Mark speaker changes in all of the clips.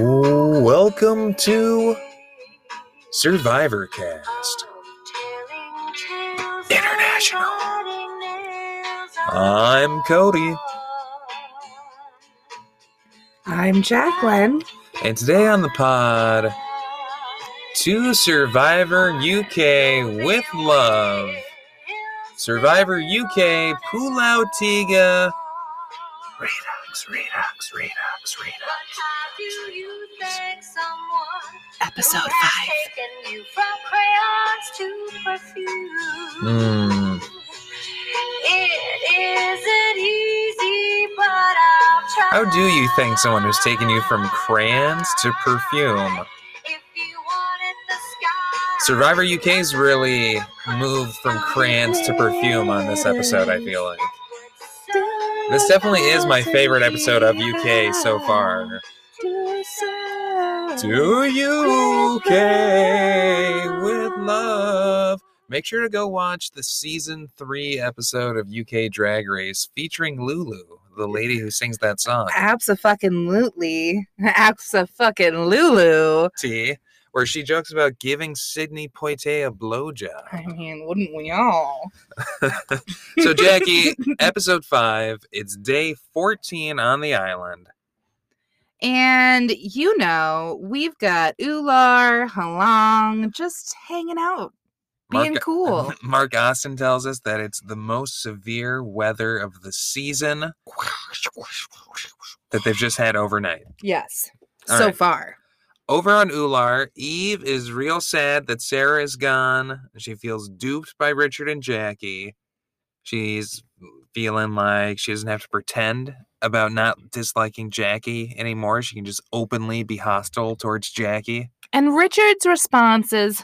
Speaker 1: Welcome to Survivor Cast.
Speaker 2: International.
Speaker 1: I'm Cody,
Speaker 3: I'm Jacqueline.
Speaker 1: and today on the pod, to Survivor UK with love. Survivor UK Pulau Tiga. Redux, Redux, Redux, Redux.
Speaker 3: Episode
Speaker 1: Hmm. How do you thank someone who's taken you from crayons to perfume? Survivor UK's really moved from crayons to perfume on this episode, I feel like. This definitely is my favorite episode of UK so far. To UK with love. Make sure to go watch the season three episode of UK Drag Race featuring Lulu, the lady who sings that song.
Speaker 3: Ah. Absolutely. Absolutely.
Speaker 1: T, where she jokes about giving Sydney Poitier a blowjob.
Speaker 3: I mean, wouldn't we all?
Speaker 1: So, Jackie, episode five, it's day 14 on the island.
Speaker 3: And you know, we've got Ular, Halong just hanging out, being
Speaker 1: Mark-
Speaker 3: cool.
Speaker 1: Mark Austin tells us that it's the most severe weather of the season that they've just had overnight.
Speaker 3: Yes.
Speaker 1: All
Speaker 3: so
Speaker 1: right.
Speaker 3: far.
Speaker 1: Over on Ular, Eve is real sad that Sarah is gone. She feels duped by Richard and Jackie. She's feeling like she doesn't have to pretend about not disliking Jackie anymore. She can just openly be hostile towards Jackie.
Speaker 3: And Richard's response is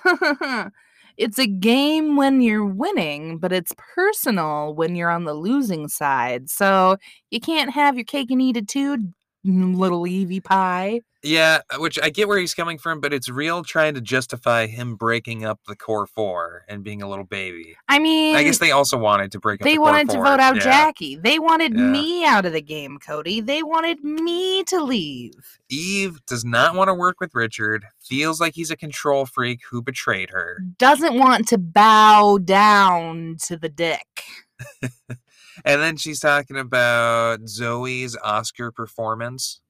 Speaker 3: It's a game when you're winning, but it's personal when you're on the losing side. So you can't have your cake and eat it too, n- little Evie Pie.
Speaker 1: Yeah, which I get where he's coming from, but it's real trying to justify him breaking up the core four and being a little baby.
Speaker 3: I mean,
Speaker 1: I guess they also wanted to break up
Speaker 3: they
Speaker 1: the core
Speaker 3: wanted to
Speaker 1: four.
Speaker 3: vote out
Speaker 1: Yeah.
Speaker 3: Jackie. They wanted
Speaker 1: Yeah.
Speaker 3: me out of the game, Cody. They wanted me to leave.
Speaker 1: Eve does not want to work with Richard, feels like he's a control freak who betrayed her.
Speaker 3: Doesn't want to bow down to the dick.
Speaker 1: And then she's talking about Zoe's Oscar performance.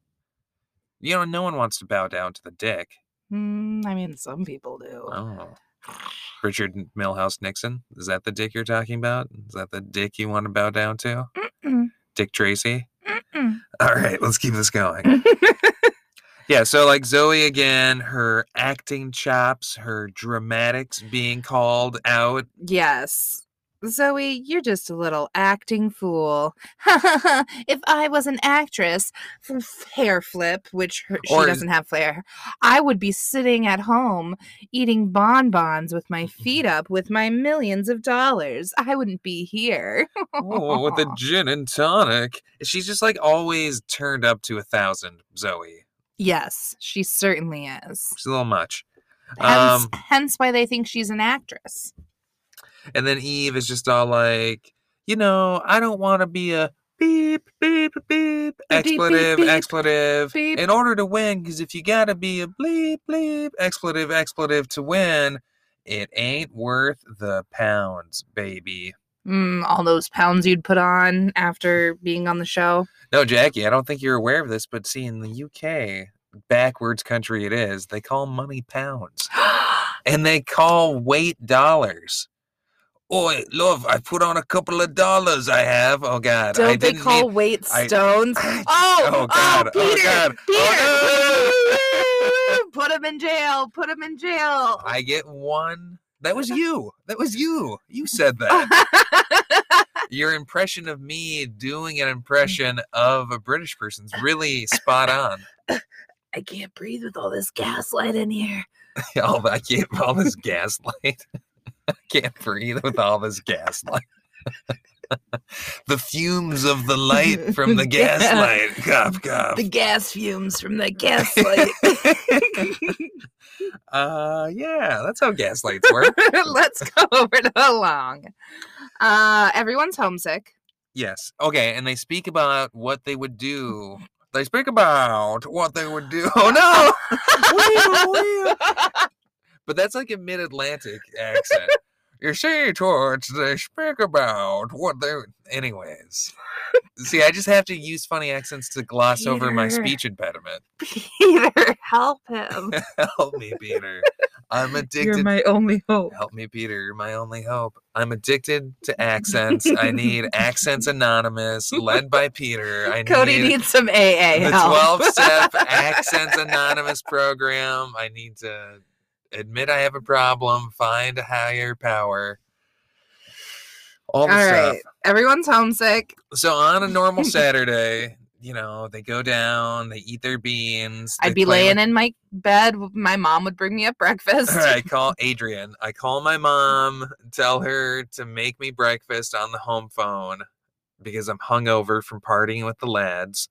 Speaker 1: You know, no one wants to bow down to the dick.
Speaker 3: Mm, I mean, some people do.
Speaker 1: Oh. Richard N- Milhouse Nixon? Is that the dick you're talking about? Is that the dick you want to bow down to?
Speaker 3: Mm-mm,
Speaker 1: Dick Tracy?
Speaker 3: mm-mm.
Speaker 1: All right, let's keep this going. Yeah, so like Zoe again, her acting chops, her dramatics being called out.
Speaker 3: Yes. Zoe, you're just a little acting fool. if I was an actress, f- hair flip, which her, she
Speaker 1: Or-
Speaker 3: doesn't have flair, I would be sitting at home eating bonbons with my feet up with my millions of dollars. I wouldn't be here.
Speaker 1: Oh, with the gin and tonic. She's just like always turned up to a thousand, Zoe.
Speaker 3: Yes, she certainly is.
Speaker 1: She's a little much.
Speaker 3: Hence,
Speaker 1: Um,
Speaker 3: hence why they think she's an actress.
Speaker 1: And then Eve is just all like, you know, I don't want to be a beep, beep, beep,
Speaker 3: Beep, beep, beep,
Speaker 1: expletive,
Speaker 3: beep,
Speaker 1: expletive,
Speaker 3: beep.
Speaker 1: in order to win. Because if you got to be a bleep, bleep, expletive, expletive to win, it ain't worth the pounds, baby.
Speaker 3: Mm, all those pounds you'd put on after being on the show.
Speaker 1: No, Jackie, I don't think you're aware of this, but see, in the UK, backwards country it is, they call money pounds. and they call weight dollars. Oi, love, I put on a couple of dollars I have. Oh God, I
Speaker 3: Don't they
Speaker 1: didn't
Speaker 3: call
Speaker 1: mean-
Speaker 3: weight
Speaker 1: I-
Speaker 3: stones?
Speaker 1: I-
Speaker 3: oh,
Speaker 1: oh,
Speaker 3: oh,
Speaker 1: God, oh,
Speaker 3: Peter,
Speaker 1: God,
Speaker 3: Peter,
Speaker 1: oh,
Speaker 3: put him in jail, put him in jail.
Speaker 1: I get one. That was you. That was you. You said that. Your impression of me doing an impression of a British person's really spot on.
Speaker 3: I can't breathe with all this gaslight in here.
Speaker 1: all the- I can't all this gaslight. I can't breathe with all this gaslight. the fumes of the light from the
Speaker 3: Yeah.
Speaker 1: gaslight. Cough, cough.
Speaker 3: The gas fumes from the gaslight.
Speaker 1: Uh, yeah, that's how gaslights work.
Speaker 3: Let's go over to Long. Uh, everyone's homesick. Mm.
Speaker 1: yes. Okay, and they speak about what they would do They speak about what they would do. Oh no! Wheel, wheel. but that's like a mid-Atlantic accent. you see, towards they speak about what they. Anyways, see, I just have to use funny accents to gloss over my
Speaker 3: Peter.
Speaker 1: speech impediment.
Speaker 3: Peter, help him.
Speaker 1: Help me, Peter. I'm addicted. Oh,
Speaker 3: You're my only hope.
Speaker 1: Help me, Peter. You're my only hope. I'm addicted to accents. I need Accents Anonymous, led by Peter. I
Speaker 3: Cody
Speaker 1: need
Speaker 3: needs some AA
Speaker 1: the
Speaker 3: help.
Speaker 1: 12 step Accents Anonymous program. I need to admit I have a problem, find a higher power. All
Speaker 3: All
Speaker 1: the
Speaker 3: right,
Speaker 1: stuff.
Speaker 3: everyone's homesick.
Speaker 1: So on a normal Saturday, you know, they go down, they eat their beans.
Speaker 3: I'd be laying in my bed. My mom would bring me up breakfast.
Speaker 1: I call Adrian. I call my mom, tell her to make me breakfast on the home phone because I'm hungover from partying with the lads.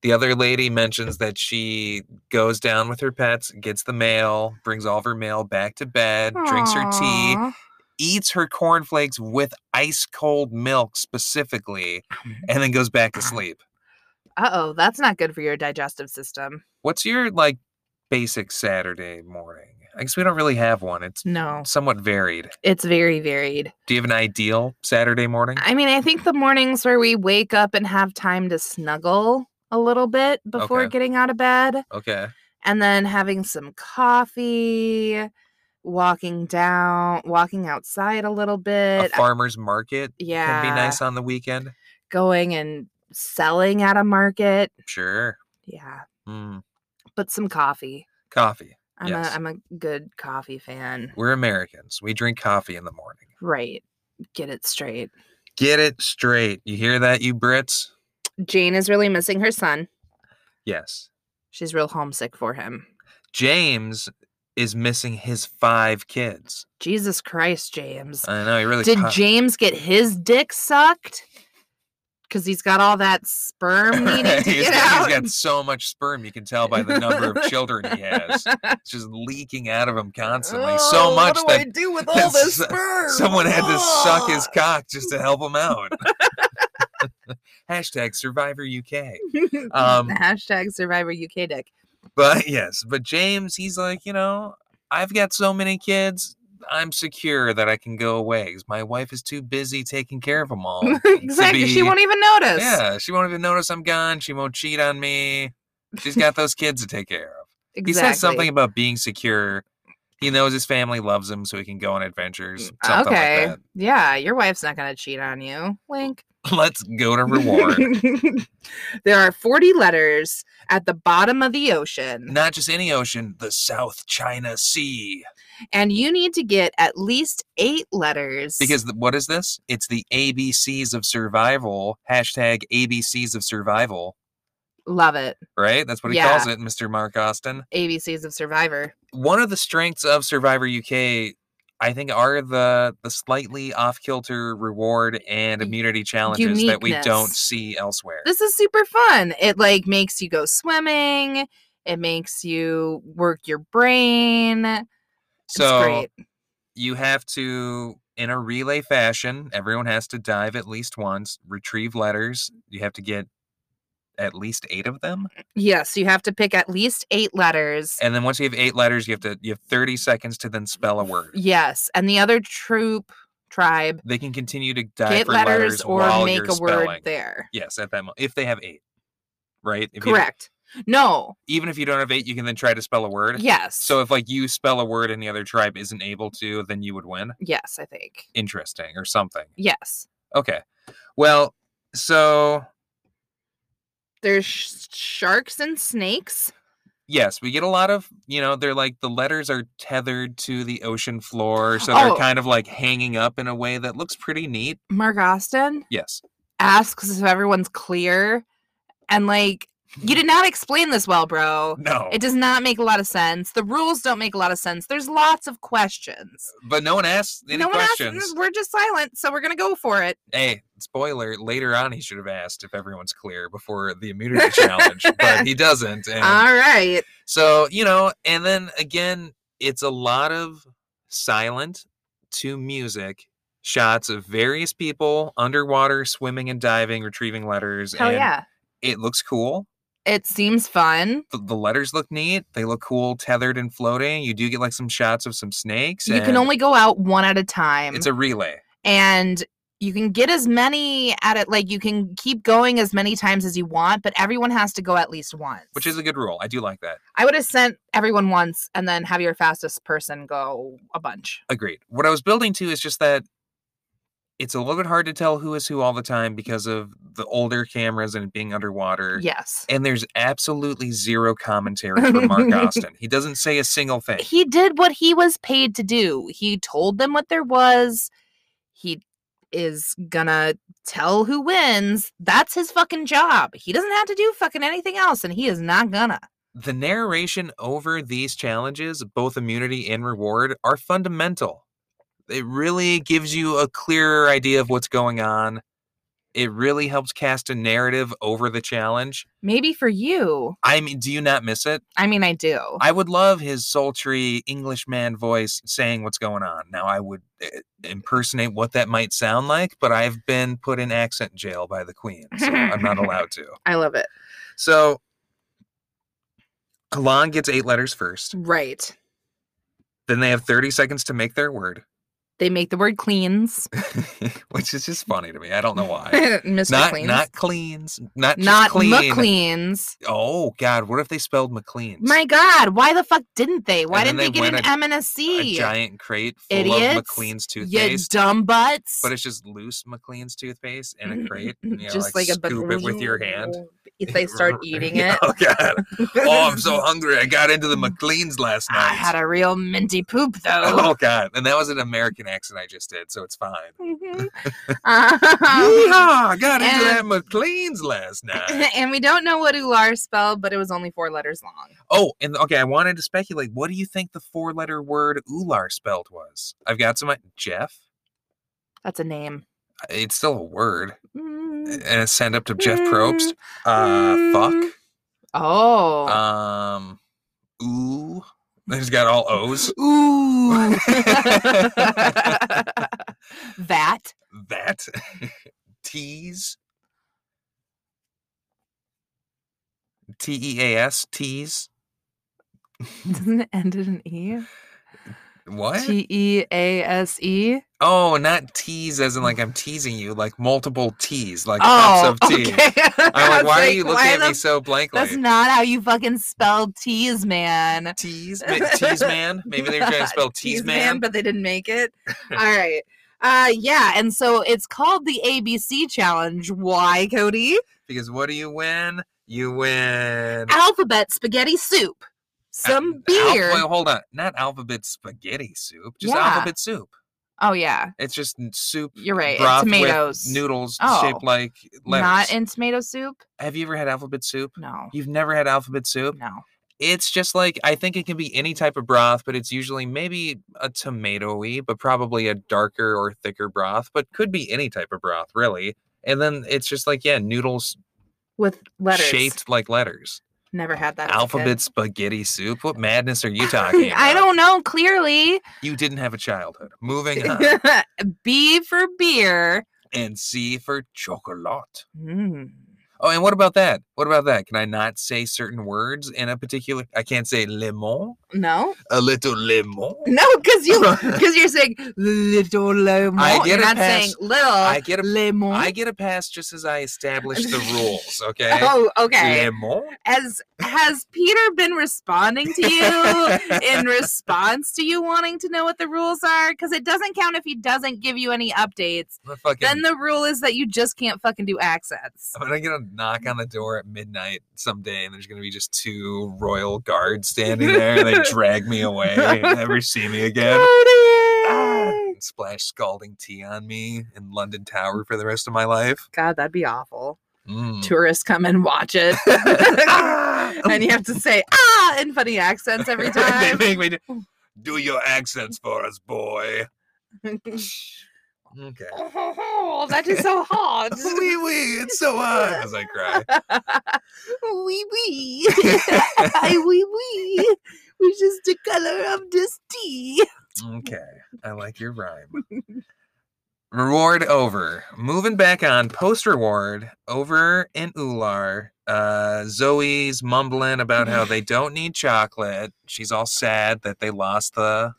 Speaker 1: The other lady mentions that she goes down with her pets, gets the mail, brings all of her mail back to bed, drinks her tea,
Speaker 3: Aw.
Speaker 1: eats her cornflakes with ice cold milk specifically, and then goes back to sleep.
Speaker 3: Uh-oh, that's not good for your digestive system.
Speaker 1: What's your like basic Saturday morning? I guess we don't really have one. It's
Speaker 3: No,
Speaker 1: somewhat varied.
Speaker 3: it's very varied.
Speaker 1: Do you have an ideal Saturday morning?
Speaker 3: I mean, I think the mornings where we wake up and have time to snuggle a little bit before
Speaker 1: Okay.
Speaker 3: getting out of bed,
Speaker 1: Okay.
Speaker 3: and then having some coffee, walking down, walking outside a little
Speaker 1: A
Speaker 3: bit. I-
Speaker 1: farmer's market
Speaker 3: yeah,
Speaker 1: can be nice on the weekend.
Speaker 3: going and selling at a market.
Speaker 1: Sure.
Speaker 3: Yeah,
Speaker 1: Mm.
Speaker 3: but some coffee.
Speaker 1: Coffee.
Speaker 3: I'm
Speaker 1: Yes.
Speaker 3: a I'm a good coffee fan.
Speaker 1: We're Americans. We drink coffee in the morning.
Speaker 3: Right. Get it straight.
Speaker 1: Get it straight. You hear that, you Brits?
Speaker 3: Jane is really missing her son.
Speaker 1: Yes.
Speaker 3: She's real homesick for him.
Speaker 1: James is missing his five kids.
Speaker 3: Jesus Christ, James.
Speaker 1: I know he really
Speaker 3: Did
Speaker 1: caught-
Speaker 3: James get his dick sucked? Because he's got all that sperm needing to
Speaker 1: He's-
Speaker 3: get out.
Speaker 1: He's got so much sperm, you can tell by the number of children he has. It's just leaking out of him constantly. so
Speaker 3: Oh,
Speaker 1: much
Speaker 3: What do I
Speaker 1: that
Speaker 3: do with all this
Speaker 1: so-
Speaker 3: sperm?
Speaker 1: someone had to suck his
Speaker 3: Ah.
Speaker 1: cock just to help him out. Hashtag Survivor UK. Um,
Speaker 3: Hashtag Survivor UK dick.
Speaker 1: But yes, but James, he's like, you know, I've got so many kids. I'm secure that I can go away 'cause my wife is too busy taking care of them all. to
Speaker 3: exactly. She
Speaker 1: be-
Speaker 3: won't even notice.
Speaker 1: Yeah, she won't even notice I'm gone. She won't cheat on me. She's got those kids to take care of.
Speaker 3: Exactly.
Speaker 1: He says something about being secure. He knows his family loves him, so he can go on adventures. Something
Speaker 3: Mm, okay.
Speaker 1: like
Speaker 3: Yeah, your wife's not going to cheat on you. Wink.
Speaker 1: that. Let's go to reward.
Speaker 3: there are 40 letters at the bottom of the ocean,
Speaker 1: Not just any ocean, the South China Sea.
Speaker 3: and you need to get at least eight letters.
Speaker 1: Because th- what is this? It's the ABCs of survival. Hashtag ABCs of survival.
Speaker 3: love it.
Speaker 1: Right? That's what he
Speaker 3: Yeah.
Speaker 1: calls it, Mr. Mark Austin.
Speaker 3: ABCs of Survivor.
Speaker 1: One of the strengths of Survivor UK, I think, are the the slightly off kilter reward and
Speaker 3: Y-
Speaker 1: immunity challenges that we don't
Speaker 3: uniqueness.
Speaker 1: see elsewhere.
Speaker 3: This is super fun. It like makes you go swimming. It makes you work your brain. It's
Speaker 1: so
Speaker 3: great.
Speaker 1: you have to in a relay fashion everyone has to dive at least once retrieve letters you have to get at least eight of them
Speaker 3: Yes, you have to pick at least eight letters.
Speaker 1: and then once you have eight letters you have to you have 30 seconds to then spell a word
Speaker 3: Yes, and the other troop tribe
Speaker 1: they can continue to dive
Speaker 3: get
Speaker 1: for
Speaker 3: letters, or
Speaker 1: while
Speaker 3: make
Speaker 1: you're
Speaker 3: a word
Speaker 1: spelling.
Speaker 3: there.
Speaker 1: yes at that moment if they have eight right if you-
Speaker 3: Correct. No.
Speaker 1: even if you don't have eight you can then try to spell a word
Speaker 3: Yes.
Speaker 1: so if like you spell a word and the other tribe isn't able to then you would win
Speaker 3: yes, I think.
Speaker 1: interesting or something
Speaker 3: Yes.
Speaker 1: okay well so
Speaker 3: There's sh- sharks and snakes.
Speaker 1: Yes, we get a lot of, you know, they're like the letters are tethered to the ocean floor, so they're
Speaker 3: Oh.
Speaker 1: kind of like hanging up in a way that looks pretty neat.
Speaker 3: Mark Austin
Speaker 1: Yes.
Speaker 3: asks if everyone's clear and like you did not explain this well, bro.
Speaker 1: Hmm. No.
Speaker 3: It does not make a lot of sense. The rules don't make a lot of sense. There's lots of questions.
Speaker 1: but no one asks Uh, any
Speaker 3: no one
Speaker 1: questions.
Speaker 3: asks. "Mm, We're just silent, so we're gonna go for it.
Speaker 1: hey, spoiler, later on he should have asked if everyone's clear before the immunity challenge, but he doesn't. And
Speaker 3: All right.
Speaker 1: so, you know, and then again, it's a lot of silent to music shots of various people underwater swimming and diving, retrieving letters
Speaker 3: Hell
Speaker 1: and
Speaker 3: yeah.
Speaker 1: it looks cool.
Speaker 3: It seems fun.
Speaker 1: The, the letters look neat. They look cool, tethered and floating. You do get like some shots of some snakes.
Speaker 3: You can
Speaker 1: and
Speaker 3: only go out one at a time.
Speaker 1: It's a relay.
Speaker 3: and you can get as many at it like you can keep going as many times as you want, but everyone has to go at least once.
Speaker 1: Which is a good rule. I do like that.
Speaker 3: I would have sent everyone once and then have your fastest person go a bunch.
Speaker 1: Agreed. What I was building to is just that it's a little bit hard to tell who is who all the time because of the older cameras and it being underwater.
Speaker 3: Yes.
Speaker 1: And there's absolutely zero commentary from Mark Austin. He doesn't say a single thing.
Speaker 3: He did what he was paid to do. He told them what there was. He is gonna tell who wins. That's his fucking job. He doesn't have to do fucking anything else and he is not gonna.
Speaker 1: the narration over these challenges, both immunity and reward, are fundamental. It really gives you a clearer idea of what's going on. It really helps cast a narrative over the challenge.
Speaker 3: Maybe for you.
Speaker 1: I mean, do you not miss it?
Speaker 3: I mean, I do.
Speaker 1: I would love his sultry Englishman voice saying what's going on. Now, I would eh, impersonate what that might sound like, but I've been put in accent jail by the Queen, so I'm not allowed to.
Speaker 3: I love it.
Speaker 1: So, Alon gets eight letters first.
Speaker 3: Right.
Speaker 1: Then they have 30 seconds to make their word,
Speaker 3: They make the word cleans.
Speaker 1: which is just funny to me. I don't know why.
Speaker 3: Mr.
Speaker 1: not
Speaker 3: cleans.
Speaker 1: not cleans, not just
Speaker 3: not
Speaker 1: clean.
Speaker 3: McLean's.
Speaker 1: Oh God, what if they spelled McLean's?
Speaker 3: My God, why the fuck didn't they? Why
Speaker 1: And then
Speaker 3: didn't they
Speaker 1: they
Speaker 3: get
Speaker 1: went
Speaker 3: an
Speaker 1: a-
Speaker 3: M and a
Speaker 1: a
Speaker 3: C?
Speaker 1: giant crate full of
Speaker 3: Idiots.
Speaker 1: McLean's
Speaker 3: You
Speaker 1: toothpaste,
Speaker 3: dumb butts.
Speaker 1: but it's just loose McLean's toothpaste in a crate. and, you know,
Speaker 3: just
Speaker 1: like,
Speaker 3: like, a
Speaker 1: scoop it with your hand.
Speaker 3: If they start eating it.
Speaker 1: Oh God! Oh, I'm so hungry. I got into the McLean's last night.
Speaker 3: I had a real minty poop though.
Speaker 1: oh God! And that was an American accent I just did, so it's fine.
Speaker 3: Mhm. um,
Speaker 1: Yeehaw! I got into that
Speaker 3: and-
Speaker 1: McLean's last night.
Speaker 3: and we don't know what Ular spelled, but it was only four letters long.
Speaker 1: Oh, and okay, I wanted to speculate. What do you think the four letter word Ular spelled was? I've got some. uh, Jeff? uh,
Speaker 3: That's a name.
Speaker 1: It's still a word.
Speaker 3: Mm,
Speaker 1: And it's sent up to Jeff
Speaker 3: mm,
Speaker 1: Probst. Uh,
Speaker 3: mm. Oh.
Speaker 1: fuck. Um, ooh. He's got all O's.
Speaker 3: Ooh. that.
Speaker 1: That. T's. T E A S. T's.
Speaker 3: Doesn't it end in an E?
Speaker 1: What?
Speaker 3: T E A S E?
Speaker 1: oh, not tease as in like I'm teasing you, like multiple T's, like
Speaker 3: Mm. Oh,
Speaker 1: cups of tea.
Speaker 3: okay. I
Speaker 1: I'm like,
Speaker 3: was
Speaker 1: why are you
Speaker 3: like,
Speaker 1: looking
Speaker 3: why
Speaker 1: at me
Speaker 3: the-
Speaker 1: so
Speaker 3: That's
Speaker 1: blankly?
Speaker 3: not how you fucking spell tease, man.
Speaker 1: Tease, ma- tease man. Maybe they were trying to spell tease man.
Speaker 3: but they didn't make it. All right. Uh, yeah, and so it's called the ABC challenge. Why, Cody?
Speaker 1: Because what do you win? You win.
Speaker 3: Alphabet spaghetti soup,
Speaker 1: a-
Speaker 3: some
Speaker 1: Mm. al-
Speaker 3: beer.
Speaker 1: wait, hold on, not alphabet spaghetti soup, just
Speaker 3: Yeah.
Speaker 1: alphabet soup.
Speaker 3: oh yeah,
Speaker 1: It's just n- soup.
Speaker 3: you're right. and
Speaker 1: broth with
Speaker 3: Tomatoes,
Speaker 1: noodles
Speaker 3: Oh.
Speaker 1: shaped like letters.
Speaker 3: not in tomato soup.
Speaker 1: Have you ever had alphabet soup?
Speaker 3: No,
Speaker 1: You've never had alphabet soup.
Speaker 3: no.
Speaker 1: It's just like I think it can be any type of broth, but it's usually maybe a tomatoey, but probably a darker or thicker broth, but could be any type of broth, really. And then it's just like yeah, noodles
Speaker 3: With letters,
Speaker 1: shaped like letters.
Speaker 3: Never had that. as a kid.
Speaker 1: Alphabet spaghetti soup. What madness are you talking?
Speaker 3: I
Speaker 1: about?
Speaker 3: don't know. Clearly,
Speaker 1: You didn't have a childhood. Moving on.
Speaker 3: B for beer.
Speaker 1: and C for chocolate.
Speaker 3: Mm.
Speaker 1: Oh, and what about that? What about that? Can I not say certain words in a particular? I can't say lemon.
Speaker 3: No,
Speaker 1: A little lemon.
Speaker 3: no, because you because you're saying little lemon.
Speaker 1: I get
Speaker 3: you're
Speaker 1: it,
Speaker 3: not
Speaker 1: pass.
Speaker 3: saying little
Speaker 1: I get a
Speaker 3: lemon.
Speaker 1: I get a pass just as I establish the rules, okay?
Speaker 3: Oh, okay.
Speaker 1: Lemon?
Speaker 3: Has has Peter been responding to you in response to you wanting to know what the rules are? Because it doesn't count if he doesn't give you any updates.
Speaker 1: I'm gonna fucking,
Speaker 3: Then the rule is that you just can't fucking do accents.
Speaker 1: I'm gonna get a knock on the door at midnight someday, and there's gonna be just two royal guards standing there, and they drag me away and never see me again. Ah,
Speaker 3: Cody!
Speaker 1: and splash scalding tea on me in London Tower for the rest of my life.
Speaker 3: God, that'd be awful.
Speaker 1: Mm.
Speaker 3: Tourists come and watch it.
Speaker 1: Ah!
Speaker 3: and you have to say ah in funny accents every
Speaker 1: they
Speaker 3: time.
Speaker 1: make me do, do your accents for us, boy. Okay.
Speaker 3: oh, that is so hard.
Speaker 1: Wee wee, it's so hard as I cry.
Speaker 3: wee wee. I wee wee. Which is the color of this tea.
Speaker 1: Okay, I like your rhyme. Reward over. Moving back on post reward over in Ular. Uh, Zoe's mumbling about how they don't need chocolate. She's all sad that they lost the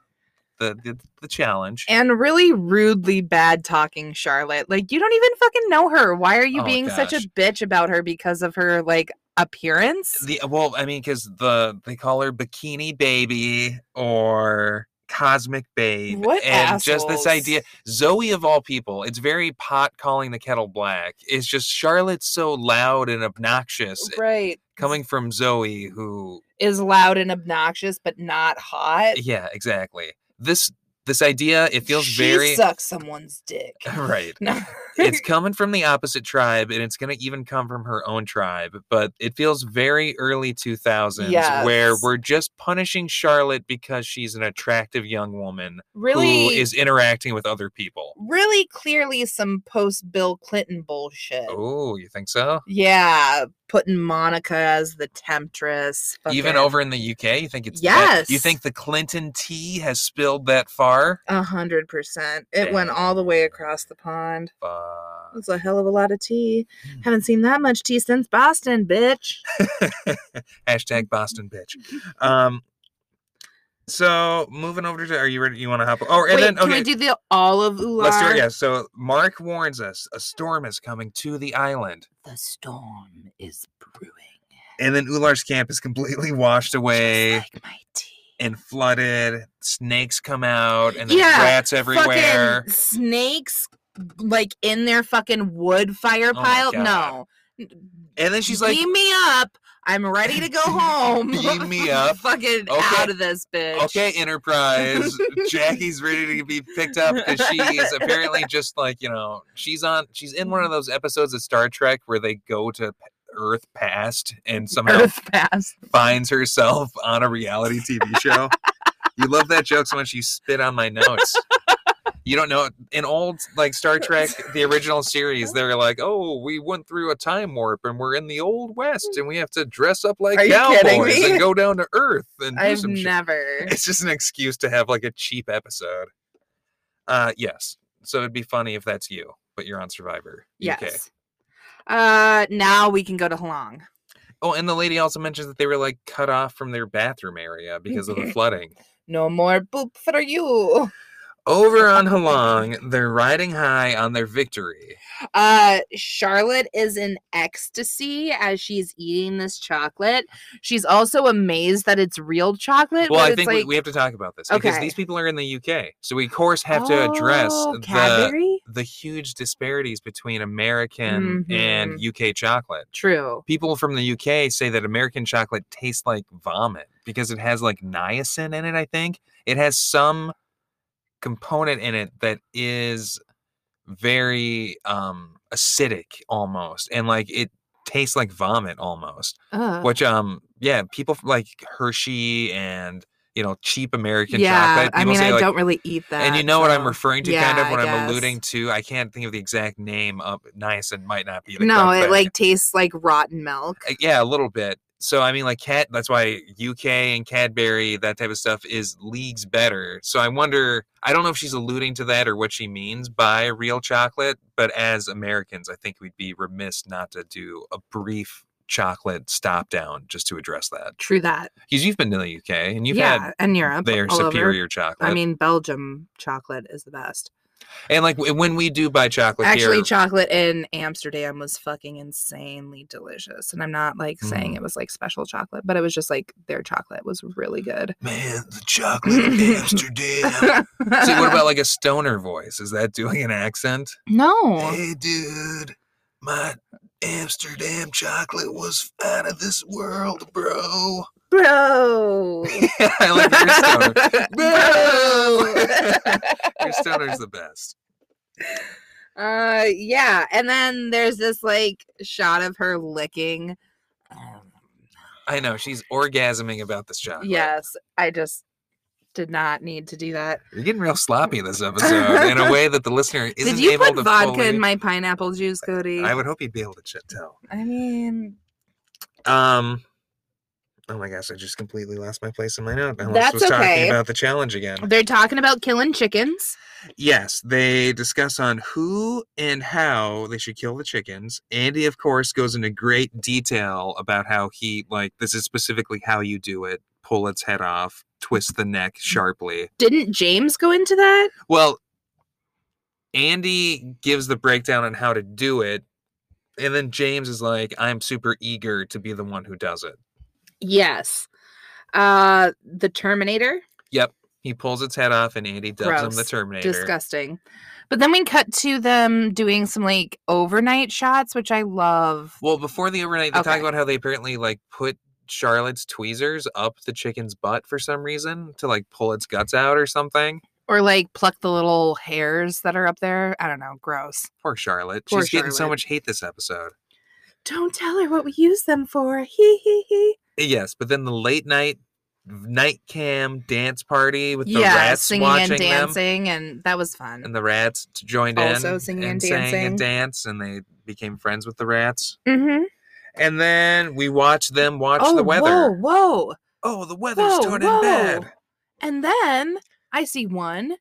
Speaker 1: the the, the challenge.
Speaker 3: And really rudely bad talking Charlotte. Like, you don't even fucking know her. Why are you
Speaker 1: Oh,
Speaker 3: being such
Speaker 1: gosh.
Speaker 3: a bitch about her because of her, like, appearance?
Speaker 1: The uh, well, I mean, because the they call her Bikini Baby or Cosmic Babe,
Speaker 3: What
Speaker 1: and just
Speaker 3: assholes.
Speaker 1: this idea. Zoe of all people, it's very pot calling the kettle black. It's just Charlotte's so loud and obnoxious
Speaker 3: Oh, Right.
Speaker 1: coming from Zoe, who
Speaker 3: Is loud and obnoxious, but not hot.
Speaker 1: yeah, exactly. This this idea it feels
Speaker 3: she
Speaker 1: very
Speaker 3: sucks someone's dick.
Speaker 1: right.
Speaker 3: No.
Speaker 1: it's coming from the opposite tribe and it's going to even come from her own tribe but it feels very early 2000s where
Speaker 3: Yes.
Speaker 1: we're just punishing charlotte because she's an attractive young woman
Speaker 3: really
Speaker 1: who is interacting with other people
Speaker 3: really clearly some post Bill Clinton bullshit.
Speaker 1: oh you think so
Speaker 3: Yeah, putting Monica as the temptress.
Speaker 1: even over in the uk you think it's that- you
Speaker 3: Yes.
Speaker 1: think the clinton tea has spilled that far
Speaker 3: a hundred percent. It went all the way across the pond.
Speaker 1: Fuck.
Speaker 3: That's a hell of a lot of tea.
Speaker 1: Hmm.
Speaker 3: Haven't seen that much tea since Boston, bitch.
Speaker 1: hashtag boston bitch um so moving over to are you ready you want to hop oh and
Speaker 3: Wait,
Speaker 1: then okay
Speaker 3: can we do the all of Ular?
Speaker 1: Let's do it. Yeah. So Mark warns us a storm is coming to the island,
Speaker 3: The storm is brewing.
Speaker 1: and then Ular's camp is completely washed away
Speaker 3: Just like my tea.
Speaker 1: and flooded. Snakes come out, and there's
Speaker 3: Yeah,
Speaker 1: rats everywhere.
Speaker 3: Fucking snakes, like in their fucking wood fire
Speaker 1: Oh my
Speaker 3: pile.
Speaker 1: God.
Speaker 3: no,
Speaker 1: And then she's like,
Speaker 3: beam me up. I'm ready to go home.
Speaker 1: Beam me up.
Speaker 3: fucking
Speaker 1: Okay.
Speaker 3: out of this bitch.
Speaker 1: "Okay, Enterprise, Jackie's ready to be picked up because she is apparently just like you know she's on she's in one of those episodes of Star Trek where they go to." Earth past and somehow
Speaker 3: Earth pass.
Speaker 1: finds herself on a reality TV show. you love that joke so much you spit on my notes. You don't know in old like Star Trek, the original series, they're like, "Oh, we went through a time warp and we're in the old west and we have to dress up like
Speaker 3: Are you kidding
Speaker 1: cowboys
Speaker 3: me?
Speaker 1: and go down to Earth and do
Speaker 3: I've
Speaker 1: some shit."
Speaker 3: never.
Speaker 1: It's just an excuse to have like a cheap episode. Uh, yes. So it'd be funny if that's you, but you're on Survivor. UK.
Speaker 3: Yes. Uh, now we can go to Halong.
Speaker 1: Oh, and the lady also mentions that they were like cut off from their bathroom area because of the flooding.
Speaker 3: No more boop for you.
Speaker 1: Over on Halong, they're riding high on their victory.
Speaker 3: Uh, Charlotte is in ecstasy as she's eating this chocolate. She's also amazed that it's real chocolate.
Speaker 1: Well,
Speaker 3: but
Speaker 1: I
Speaker 3: it's
Speaker 1: think we,
Speaker 3: like,
Speaker 1: we have to talk about this because
Speaker 3: Okay.
Speaker 1: these people are in the UK, so we of course have to address
Speaker 3: Oh,
Speaker 1: the
Speaker 3: Cadbury.
Speaker 1: the huge disparities between American
Speaker 3: Mm-hmm.
Speaker 1: and UK chocolate.
Speaker 3: True.
Speaker 1: People from the UK say that American chocolate tastes like vomit because it has like niacin in it. I think it has some component in it that is very um acidic almost, and like it tastes like vomit almost.
Speaker 3: Ugh.
Speaker 1: which um yeah people f- like hershey and you know cheap american
Speaker 3: yeah,
Speaker 1: chocolate
Speaker 3: I
Speaker 1: people
Speaker 3: mean,
Speaker 1: say,
Speaker 3: I
Speaker 1: like-
Speaker 3: don't really eat that.
Speaker 1: and you know what i'm
Speaker 3: so-
Speaker 1: referring to kind
Speaker 3: Yeah,
Speaker 1: of
Speaker 3: I
Speaker 1: what i'm
Speaker 3: guess.
Speaker 1: alluding to i can't think of the exact name of niacin might not be the
Speaker 3: No,
Speaker 1: correct
Speaker 3: it
Speaker 1: thing.
Speaker 3: like tastes like rotten milk.
Speaker 1: Uh, yeah a little bit so i mean like cat that's why uk and cadbury that type of stuff is leagues better so i wonder i don't know if she's alluding to that or what she means by real chocolate but as americans i think we'd be remiss not to do a brief chocolate stop down just to address that
Speaker 3: True that.
Speaker 1: because you've been to the UK and you've
Speaker 3: yeah,
Speaker 1: had
Speaker 3: and Europe.
Speaker 1: their
Speaker 3: all over.
Speaker 1: superior chocolate.
Speaker 3: I mean, Belgium chocolate is the best.
Speaker 1: and like w- when we do buy chocolate
Speaker 3: Actually,
Speaker 1: here,
Speaker 3: chocolate in Amsterdam was fucking insanely delicious. And I'm not like saying
Speaker 1: Mm.
Speaker 3: it was like special chocolate, but it was just like their chocolate was really good.
Speaker 1: man, the chocolate in Amsterdam. See, what about like a stoner voice? Is that doing an accent?
Speaker 3: no?
Speaker 1: dude, my Amsterdam chocolate was out of this world, bro.
Speaker 3: Bro.
Speaker 1: I like your stoner.
Speaker 3: Bro.
Speaker 1: Your stoner's the best.
Speaker 3: Uh yeah, and then there's this like shot of her licking. Um,
Speaker 1: I know she's orgasming about this chocolate.
Speaker 3: yes, I just did not need to do that.
Speaker 1: you're getting real sloppy this episode in a way that the listener isn't
Speaker 3: Did you
Speaker 1: able
Speaker 3: put
Speaker 1: to
Speaker 3: vodka
Speaker 1: fully-
Speaker 3: in my pineapple juice, Cody?
Speaker 1: I would hope you'd be able to ch- tell.
Speaker 3: I mean,
Speaker 1: Um. Oh my gosh, I just completely lost my place in my note. I almost
Speaker 3: That's
Speaker 1: was
Speaker 3: okay.
Speaker 1: talking about the challenge again.
Speaker 3: they're talking about killing chickens.
Speaker 1: Yes, they discuss on who and how they should kill the chickens. Andy, of course, goes into great detail about how he like this is specifically how you do it: pull its head off, twist the neck sharply.
Speaker 3: Didn't James go into that?
Speaker 1: Well, Andy gives the breakdown on how to do it, and then James is like, "I'm super eager to be the one who does it."
Speaker 3: Yes. Uh the Terminator.
Speaker 1: He pulls its head off, and Andy dubs him the
Speaker 3: Gross.
Speaker 1: Terminator.
Speaker 3: Disgusting. But then we cut to them doing some like overnight shots, which I love.
Speaker 1: Well, before the overnight, they talk
Speaker 3: Okay.
Speaker 1: about how they apparently like put Charlotte's tweezers up the chicken's butt for some reason to like pull its guts out or something.
Speaker 3: Or like pluck the little hairs that are up there. I don't know. Gross.
Speaker 1: Poor Charlotte.
Speaker 3: Poor
Speaker 1: She's getting so
Speaker 3: Charlotte.
Speaker 1: much hate this episode.
Speaker 3: Don't tell her what we use them for. Hee hee hee.
Speaker 1: Yes, but then the late night night cam dance party with the
Speaker 3: Yeah,
Speaker 1: rats
Speaker 3: singing
Speaker 1: watching them.
Speaker 3: and dancing, and that was fun.
Speaker 1: And the rats t- joined
Speaker 3: Also
Speaker 1: in
Speaker 3: singing and
Speaker 1: sang and dance, and they became friends with the rats.
Speaker 3: mm-hmm.
Speaker 1: And then we watched them watch
Speaker 3: oh,
Speaker 1: the weather.
Speaker 3: Whoa, whoa,
Speaker 1: Oh, the weather's
Speaker 3: whoa,
Speaker 1: turning
Speaker 3: whoa!
Speaker 1: bad.
Speaker 3: And then I see one,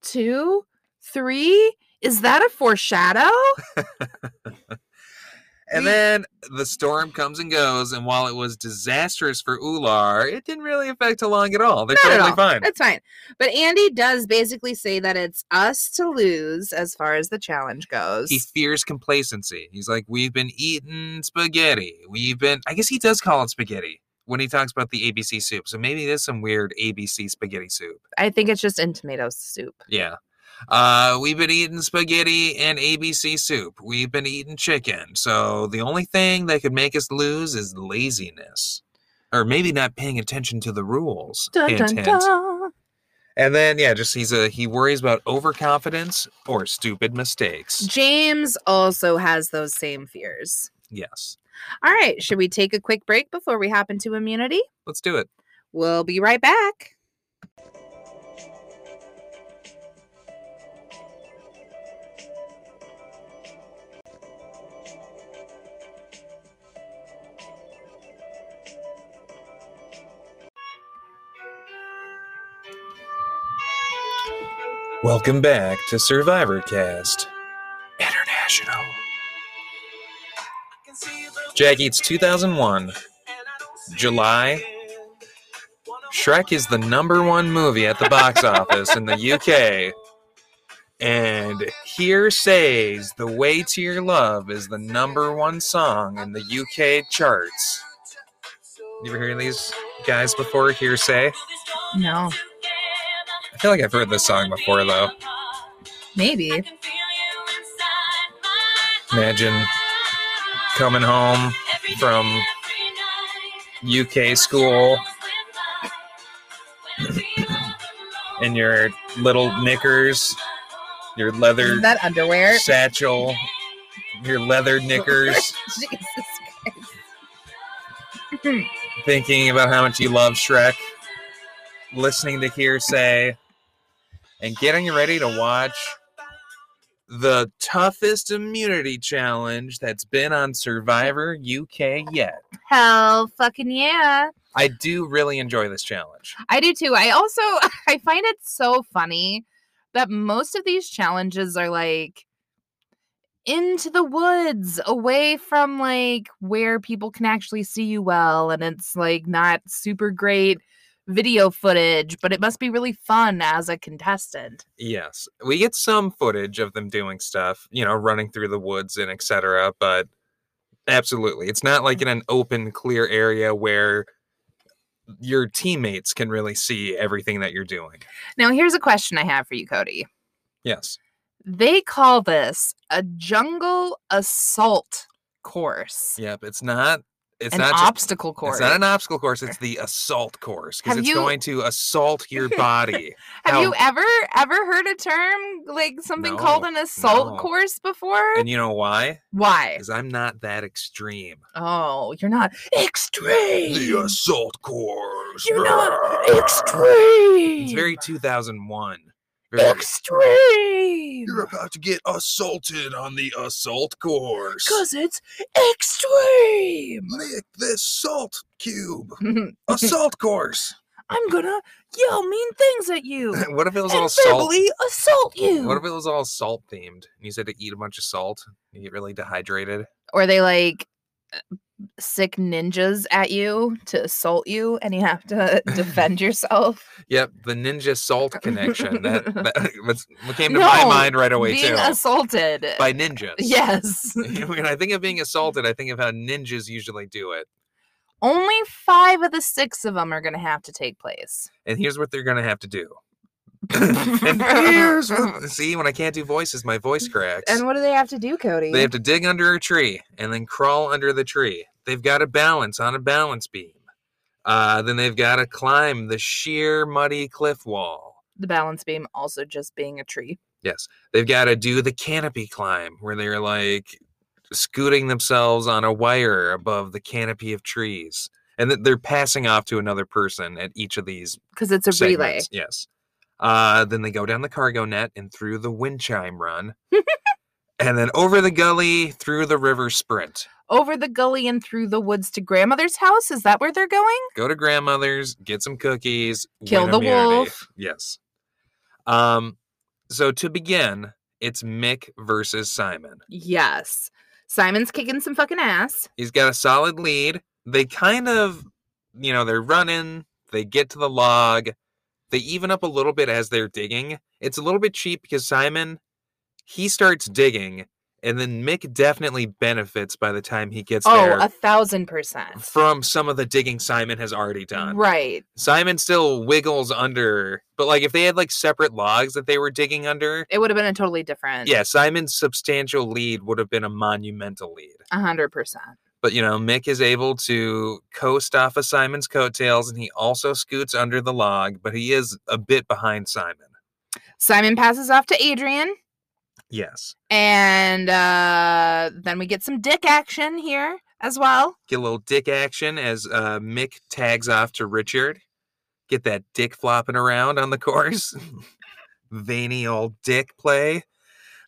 Speaker 3: two, three. Is that a foreshadow?
Speaker 1: And
Speaker 3: We-
Speaker 1: then the storm comes and goes, and while it was disastrous for Ular, it didn't really affect Along at all. They're
Speaker 3: Not at
Speaker 1: totally
Speaker 3: all.
Speaker 1: fine.
Speaker 3: That's fine. But Andy does basically say that it's us to lose as far as the challenge goes.
Speaker 1: He fears complacency. He's like, We've been eating spaghetti. We've been, I guess he does call it spaghetti when he talks about the ABC soup. So maybe it is some weird ABC spaghetti soup.
Speaker 3: I think it's just in tomato soup.
Speaker 1: Yeah. Uh, we've been eating spaghetti and ABC soup. We've been eating chicken. So the only thing that could make us lose is laziness. Or maybe not paying attention to the rules.
Speaker 3: Dun,
Speaker 1: Hint,
Speaker 3: dun,
Speaker 1: hint.
Speaker 3: dun.
Speaker 1: And then yeah, just he's a he worries about overconfidence or stupid mistakes.
Speaker 3: James also has those same fears.
Speaker 1: Yes.
Speaker 3: All right, should we take a quick break before we hop into immunity?
Speaker 1: Let's do it.
Speaker 3: We'll be right back.
Speaker 1: Welcome back to Survivor Cast International. Jackie, it's 2001. July. Shrek is the number one movie at the box office in the UK. And Here Says The Way to Your Love is the number one song in the UK charts. You ever hear these guys before, Hearsay?
Speaker 3: No,
Speaker 1: I feel like I've heard this song before, though.
Speaker 3: maybe.
Speaker 1: Imagine coming home from UK school in your little knickers, your leather
Speaker 3: That underwear.
Speaker 1: satchel, your leather knickers,
Speaker 3: Jesus Christ.
Speaker 1: thinking about how much you love Shrek, listening to hearsay, and getting ready to watch the toughest immunity challenge that's been on Survivor UK yet.
Speaker 3: Hell fucking yeah.
Speaker 1: I do really enjoy this challenge.
Speaker 3: I do too. I also I find it so funny that most of these challenges are like into the woods, away from like where people can actually see you well and it's like not super great video footage, but it must be really fun as a contestant.
Speaker 1: Yes, we get some footage of them doing stuff, you know, running through the woods and etc. But absolutely, it's not
Speaker 3: Mm.
Speaker 1: like in an open, clear area where your teammates can really see everything that you're doing.
Speaker 3: Now, here's a question I have for you, Cody.
Speaker 1: Yes,
Speaker 3: They call this a jungle assault course,
Speaker 1: yep, it's not. It's
Speaker 3: an
Speaker 1: not. Just,
Speaker 3: obstacle course.
Speaker 1: It's not an obstacle course. It's the assault course because
Speaker 3: Have
Speaker 1: it's
Speaker 3: you-
Speaker 1: going to assault your body.
Speaker 3: Have
Speaker 1: how-
Speaker 3: you ever ever heard a term like something called
Speaker 1: No,
Speaker 3: an assault
Speaker 1: no.
Speaker 3: course before?
Speaker 1: and you know why?
Speaker 3: Why?
Speaker 1: Because I'm not that extreme.
Speaker 3: Oh, you're not extreme.
Speaker 1: The assault course.
Speaker 3: You're not extreme.
Speaker 1: It's very 2001. Very
Speaker 3: extreme.
Speaker 1: You're about to get assaulted on the assault course.
Speaker 3: Cause it's extreme.
Speaker 1: Lick this salt cube. Assault course.
Speaker 3: I'm gonna yell mean things at you and
Speaker 1: what if it was all salt?
Speaker 3: verbally assault you.
Speaker 1: What if it was all salt themed? And you said to eat a bunch of salt and you get really dehydrated.
Speaker 3: or they like uh, sick ninjas at you to assault you and you have to defend yourself.
Speaker 1: Yep, the ninja salt connection. That, that what's- what came to my
Speaker 3: No,
Speaker 1: mind right away
Speaker 3: Being
Speaker 1: too.
Speaker 3: assaulted.
Speaker 1: by ninjas.
Speaker 3: yes.
Speaker 1: when I think of being assaulted, I think of how ninjas usually do it.
Speaker 3: Only five of the six of them are gonna have to take place.
Speaker 1: And here's what they're gonna have to do. and here's what, see when I can't do voices, my voice cracks.
Speaker 3: And what do they have to do, Cody?
Speaker 1: They have to dig under a tree and then crawl under the tree. They've got to balance on a balance beam. Uh, then they've got to climb the sheer muddy cliff wall.
Speaker 3: the balance beam also just being a tree.
Speaker 1: Yes, they've got to do the canopy climb where they're like scooting themselves on a wire above the canopy of trees, and that they're passing off to another person at each of these
Speaker 3: Because it's a relay.
Speaker 1: segments, Yes. Uh, then they go down the cargo net and through the wind chime run, and then over the gully through the river sprint.
Speaker 3: Over the gully and through the woods to grandmother's house. Is that where they're going?
Speaker 1: Go to grandmother's, get some cookies, win
Speaker 3: Kill the
Speaker 1: immunity.
Speaker 3: wolf.
Speaker 1: Yes. Um. So to begin, it's Mick versus Simon.
Speaker 3: Yes. Simon's kicking some fucking ass.
Speaker 1: He's got a solid lead. They kind of, you know, they're running. They get to the log. They even up a little bit as they're digging. It's a little bit cheap because Simon, he starts digging, and then Mick definitely benefits by the time he gets
Speaker 3: Oh,
Speaker 1: there
Speaker 3: a thousand percent.
Speaker 1: from some of the digging Simon has already done.
Speaker 3: Right.
Speaker 1: Simon still wiggles under, but like if they had like separate logs that they were digging under,
Speaker 3: It would have been a totally different.
Speaker 1: yeah, Simon's substantial lead would have been a monumental lead.
Speaker 3: A hundred percent.
Speaker 1: But you know, Mick is able to coast off of Simon's coattails and he also scoots under the log, but he is a bit behind Simon.
Speaker 3: Simon passes off to Adrian.
Speaker 1: Yes.
Speaker 3: And uh, then we get some dick action here as well.
Speaker 1: Get a little dick action as uh, Mick tags off to Richard. Get that dick flopping around on the course. Veiny old dick play.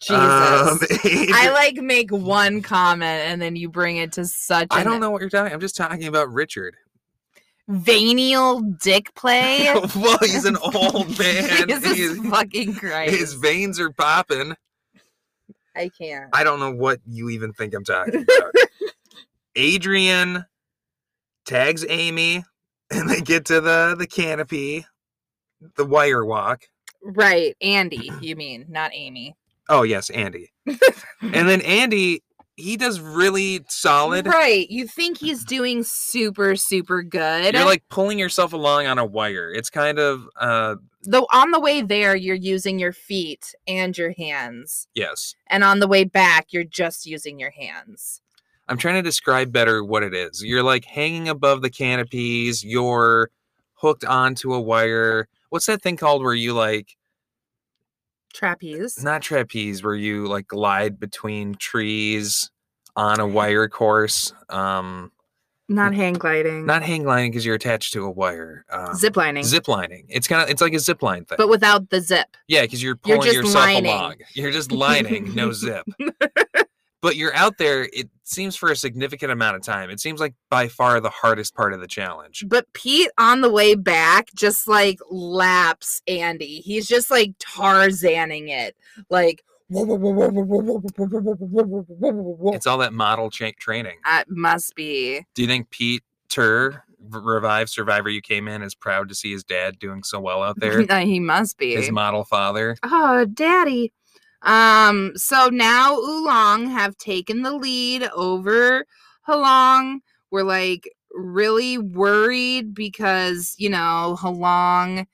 Speaker 3: Jesus.
Speaker 1: Um,
Speaker 3: I like make one comment and then you bring it to such
Speaker 1: I
Speaker 3: an
Speaker 1: don't know what you're talking. I'm just talking about Richard.
Speaker 3: venial dick play.
Speaker 1: well, he's an old Oh, man.
Speaker 3: Jesus
Speaker 1: He's-
Speaker 3: fucking Christ.
Speaker 1: his veins are popping.
Speaker 3: I can't.
Speaker 1: I don't know what you even think I'm talking about. Adrian tags Amy, and they get to the the canopy, the wire walk.
Speaker 3: Right. Andy, you mean, not Amy.
Speaker 1: Oh yes, Andy. and then Andy, he does really solid.
Speaker 3: Right. You think he's doing super, super good.
Speaker 1: You're like pulling yourself along on a wire. It's kind of uh
Speaker 3: Though on the way there, you're using your feet and your hands.
Speaker 1: yes.
Speaker 3: And on the way back, you're just using your hands.
Speaker 1: I'm trying to describe better what it is. You're like hanging above the canopies, you're hooked onto a wire. What's that thing called where you like
Speaker 3: Trapeze.
Speaker 1: not trapeze where you like glide between trees on
Speaker 3: Mm-hmm.
Speaker 1: a wire course um
Speaker 3: Not hang gliding.
Speaker 1: not hang gliding because you're attached to a wire um,
Speaker 3: zip lining.
Speaker 1: zip lining it's kind of it's like a zip line thing
Speaker 3: But without the zip.
Speaker 1: yeah because you're
Speaker 3: you're
Speaker 1: pulling
Speaker 3: just
Speaker 1: yourself
Speaker 3: lining.
Speaker 1: along you're just lining no zip but you're out there it seems for a significant amount of time it seems like by far the hardest part of the challenge
Speaker 3: But Pete on the way back just like laps Andy. He's just like Tarzaning it. Like it
Speaker 1: it's all that model cha- training
Speaker 3: must be.
Speaker 1: do you think pete Tur revive survivor you came in is proud to see his dad doing so well out there
Speaker 3: Uh, he must be.
Speaker 1: his model father.
Speaker 3: oh, daddy. Um so now Oolong have taken the lead over Halong. We're like really worried because, you know, Halong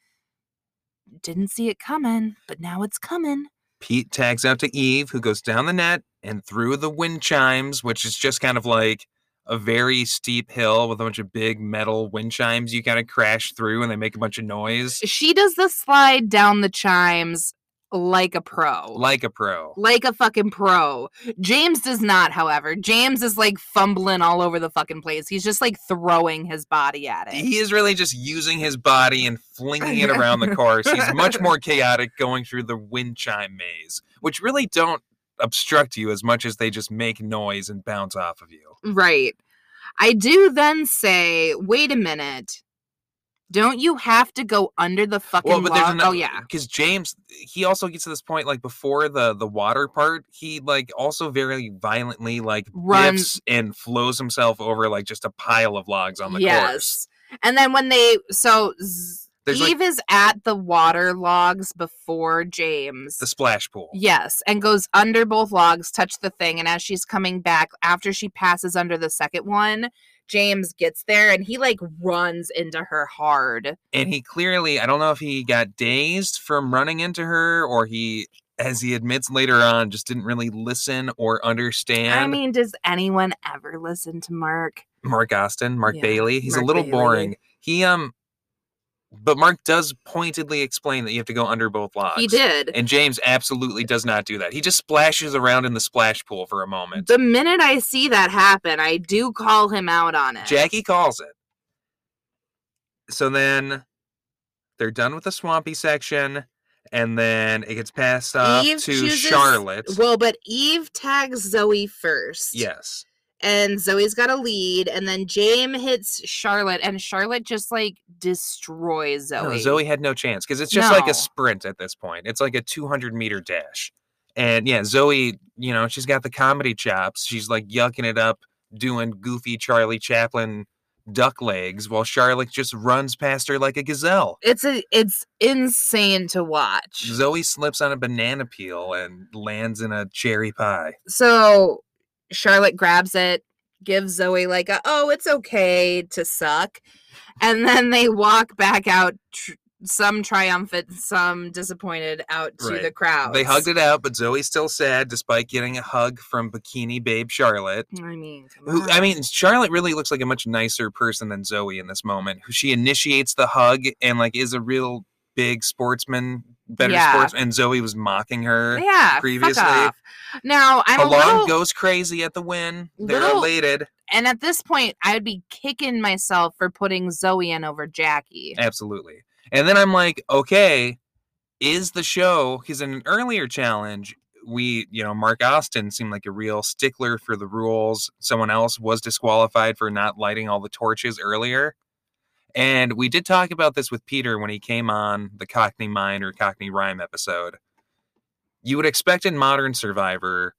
Speaker 3: didn't see it coming, but now it's coming.
Speaker 1: Pete tags out to Eve, who goes down the net and through the wind chimes, which is just kind of like a very steep hill with a bunch of big metal wind chimes you kind of crash through and they make a bunch of noise
Speaker 3: she does the slide down the chimes like a pro. Like-
Speaker 1: like a pro.
Speaker 3: a fucking pro. James does not, however. James is like fumbling all over the fucking place. He's just like throwing his body at it.
Speaker 1: He is really just using his body and flinging it around the course. He's much more chaotic going through the wind chime maze, which really don't obstruct you as much as they just make noise and bounce off of you.
Speaker 3: right. I do then say, wait a minute. Don't you have to go under the fucking
Speaker 1: Well, but there's
Speaker 3: log?
Speaker 1: ano-
Speaker 3: oh yeah.
Speaker 1: because James he also gets to this point like before the the water part he like also very violently like
Speaker 3: Runs-
Speaker 1: dips and flows himself over like just a pile of logs on the course.
Speaker 3: And then when they so Z-
Speaker 1: There's, like-
Speaker 3: Eve is at the water logs before James.
Speaker 1: The splash pool.
Speaker 3: Yes, and goes under both logs, touch the thing, and as she's coming back, after she passes under the second one, James gets there and he like runs into her hard.
Speaker 1: And he clearly I don't know if he got dazed from running into her or he as he admits later on just didn't really listen or understand
Speaker 3: I mean, does anyone ever listen to Mark?
Speaker 1: Mark Austin, Mark
Speaker 3: Yeah,
Speaker 1: Bailey. He's
Speaker 3: Mark
Speaker 1: a little
Speaker 3: Bailey.
Speaker 1: boring. He um but Mark does pointedly explain that you have to go under both logs.
Speaker 3: He did.
Speaker 1: And James absolutely does not do that. He just splashes around in the splash pool for a moment.
Speaker 3: The minute I see that happen, I do call him out on it.
Speaker 1: Jackie calls it. So then they're done with the swampy section, and then it gets passed off
Speaker 3: Eve
Speaker 1: to
Speaker 3: chooses-
Speaker 1: Charlotte.
Speaker 3: Well, but Eve tags Zoe first.
Speaker 1: yes.
Speaker 3: and Zoe's got a lead, and then James hits Charlotte, and Charlotte just like destroys Zoe.
Speaker 1: No, Zoe had no chance because it's just like
Speaker 3: No.
Speaker 1: a sprint at this point. It's like a 200 meter dash. And yeah, Zoe, you know, she's got the comedy chops. She's like yucking it up, doing goofy Charlie Chaplin duck legs while Charlotte just runs past her like a gazelle.
Speaker 3: It's a it's insane to watch.
Speaker 1: Zoe slips on a banana peel and lands in a cherry pie.
Speaker 3: So Charlotte grabs it, gives Zoe like a oh it's okay to suck, and then they walk back out. Tr- some triumphant, some disappointed out to the
Speaker 1: Right.
Speaker 3: crowd.
Speaker 1: They hugged it out, but Zoe's still sad despite getting a hug from bikini babe Charlotte.
Speaker 3: I mean, come
Speaker 1: Who, I
Speaker 3: on.
Speaker 1: mean, Charlotte really looks like a much nicer person than Zoe in this moment. Who she initiates the hug and like is a real big sportsman, better
Speaker 3: Yeah.
Speaker 1: sportsman. And Zoe was mocking her.
Speaker 3: yeah, fuck
Speaker 1: previously-
Speaker 3: off. Now I'm a
Speaker 1: Along
Speaker 3: little-
Speaker 1: goes crazy at the win. They're
Speaker 3: little-
Speaker 1: elated.
Speaker 3: and at this point, I would be kicking myself for putting Zoe in over Jackie.
Speaker 1: Absolutely. And then I'm like, okay, is the show because in an earlier challenge, we, you know, Mark Austin seemed like a real stickler for the rules. Someone else was disqualified for not lighting all the torches earlier. And we did talk about this with Peter when he came on the Cockney Mind or Cockney Rhyme episode. You would expect in Modern Survivor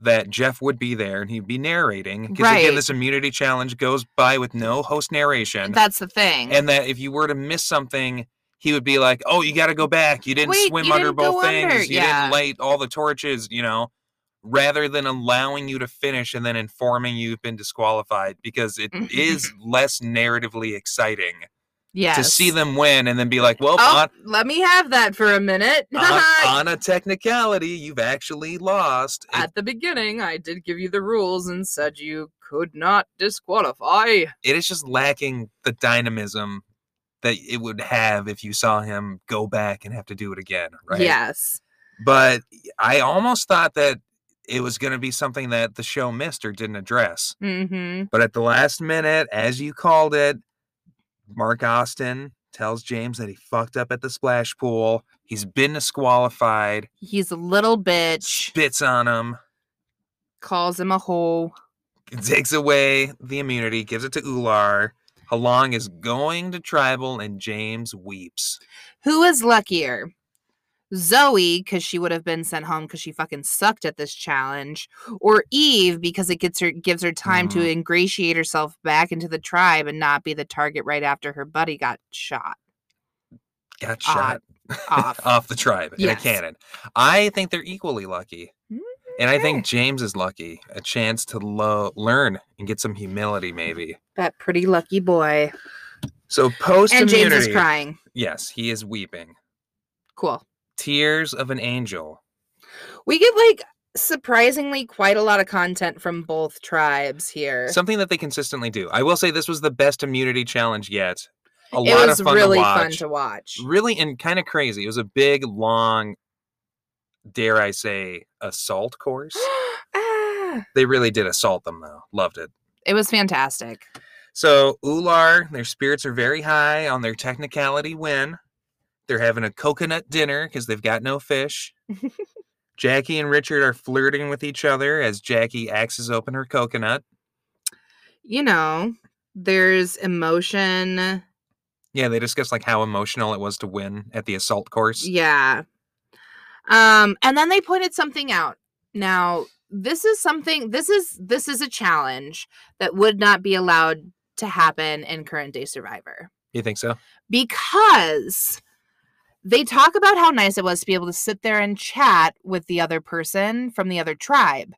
Speaker 1: that Jeff would be there and he'd be narrating. Because
Speaker 3: Right.
Speaker 1: again, this immunity challenge goes by with no host narration
Speaker 3: That's the thing.
Speaker 1: and that if you were to miss something, he would be like, "Oh, you got to go back. You didn't
Speaker 3: Wait,
Speaker 1: swim
Speaker 3: you
Speaker 1: under
Speaker 3: didn't go
Speaker 1: both
Speaker 3: under,
Speaker 1: things. You
Speaker 3: yeah.
Speaker 1: didn't light all the torches. You know." Rather than allowing you to finish and then informing you've been disqualified, because it is less narratively exciting
Speaker 3: yes.
Speaker 1: to see them win and then be like, "Well,
Speaker 3: Oh,
Speaker 1: on,
Speaker 3: let me have that for a minute.
Speaker 1: on, on a technicality, you've actually lost." It-
Speaker 3: At the beginning, I did give you the rules and said you could not disqualify.
Speaker 1: it is just lacking the dynamism that it would have if you saw him go back and have to do it again, right?
Speaker 3: Yes.
Speaker 1: but I almost thought that it was going to be something that the show missed or didn't address.
Speaker 3: Mm-hmm.
Speaker 1: But at the last minute, as you called it, Mark Austin tells James that he fucked up at the splash pool. He's been disqualified,
Speaker 3: He's a little bitch.
Speaker 1: spits on him,
Speaker 3: Calls him a hoe.
Speaker 1: takes away the immunity, gives it to Ular. Halong is going to tribal, and James weeps.
Speaker 3: Who is luckier? Zoe, because she would have been sent home because she fucking sucked at this challenge, or Eve because it gets her gives her time to
Speaker 1: Mhm.
Speaker 3: ingratiate herself back into the tribe and not be the target right after her buddy got shot.
Speaker 1: Got
Speaker 3: Odd.
Speaker 1: shot
Speaker 3: Off.
Speaker 1: the tribe in
Speaker 3: Yes. Mm,
Speaker 1: a cannon. I think they're equally lucky. And I think James is lucky. A chance to lo- learn and get some humility, maybe.
Speaker 3: that pretty lucky boy.
Speaker 1: So post
Speaker 3: And James is
Speaker 1: immunity.
Speaker 3: crying.
Speaker 1: Yes, he is weeping.
Speaker 3: Cool.
Speaker 1: Tears of an angel.
Speaker 3: We get like surprisingly quite a lot of content from both tribes here.
Speaker 1: Something that they consistently do. I will say this was the best immunity challenge yet. A
Speaker 3: it
Speaker 1: lot
Speaker 3: was
Speaker 1: of fun
Speaker 3: really
Speaker 1: to
Speaker 3: fun
Speaker 1: watch.
Speaker 3: to watch.
Speaker 1: Really and kind of crazy. It was a big, long, dare I say, assault course.
Speaker 3: Ah,
Speaker 1: they really did assault them though. Loved it.
Speaker 3: it was fantastic.
Speaker 1: So Ular, their spirits are very high on their technicality win. They're having a coconut dinner because they've got no fish. Jackie and Richard are flirting with each other as Jackie axes open her coconut.
Speaker 3: You know, there's emotion
Speaker 1: Yeah, they discussed like how emotional it was to win at the assault course.
Speaker 3: Yeah. Um, and then they pointed something out. Now, this is something this is this is a challenge that would not be allowed to happen in current day survivor
Speaker 1: You think so?
Speaker 3: because they talk about how nice it was to be able to sit there and chat with the other person from the other tribe.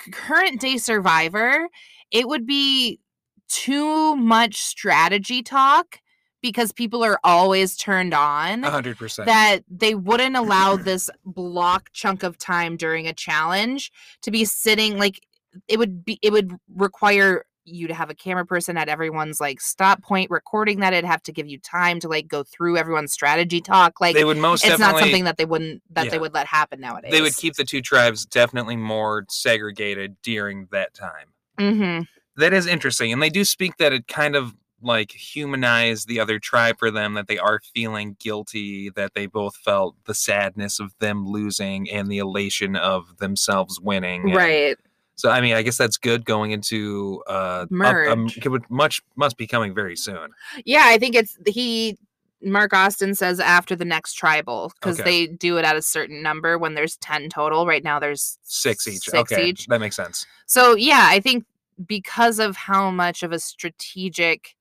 Speaker 3: C- Current day survivor, it would be too much strategy talk because people are always turned on
Speaker 1: A hundred percent.
Speaker 3: that they wouldn't allow this block chunk of time during a challenge to be sitting like it would be it would require you to have a camera person at everyone's like stop point recording that it'd have to give you time to like go through everyone's strategy talk like
Speaker 1: They would most
Speaker 3: it's not
Speaker 1: definitely.
Speaker 3: something that they wouldn't that
Speaker 1: Yeah.
Speaker 3: they would let happen nowadays
Speaker 1: they would keep the two tribes definitely more segregated during that time.
Speaker 3: mm-hmm.
Speaker 1: That is interesting, and they do speak that it kind of like humanized the other tribe for them that they are feeling guilty that they both felt the sadness of them losing and the elation of themselves winning and-
Speaker 3: right
Speaker 1: so i mean i guess that's good going into uh a- a-
Speaker 3: Merge.
Speaker 1: it would much must be coming very soon
Speaker 3: Yeah, I think it's he. Mark Austin says after the next tribal because
Speaker 1: Okay.
Speaker 3: they do it at a certain number when there's ten total. Right now there's
Speaker 1: six each
Speaker 3: Six
Speaker 1: okay
Speaker 3: each.
Speaker 1: that makes sense
Speaker 3: So yeah, I think because of how much of a strategic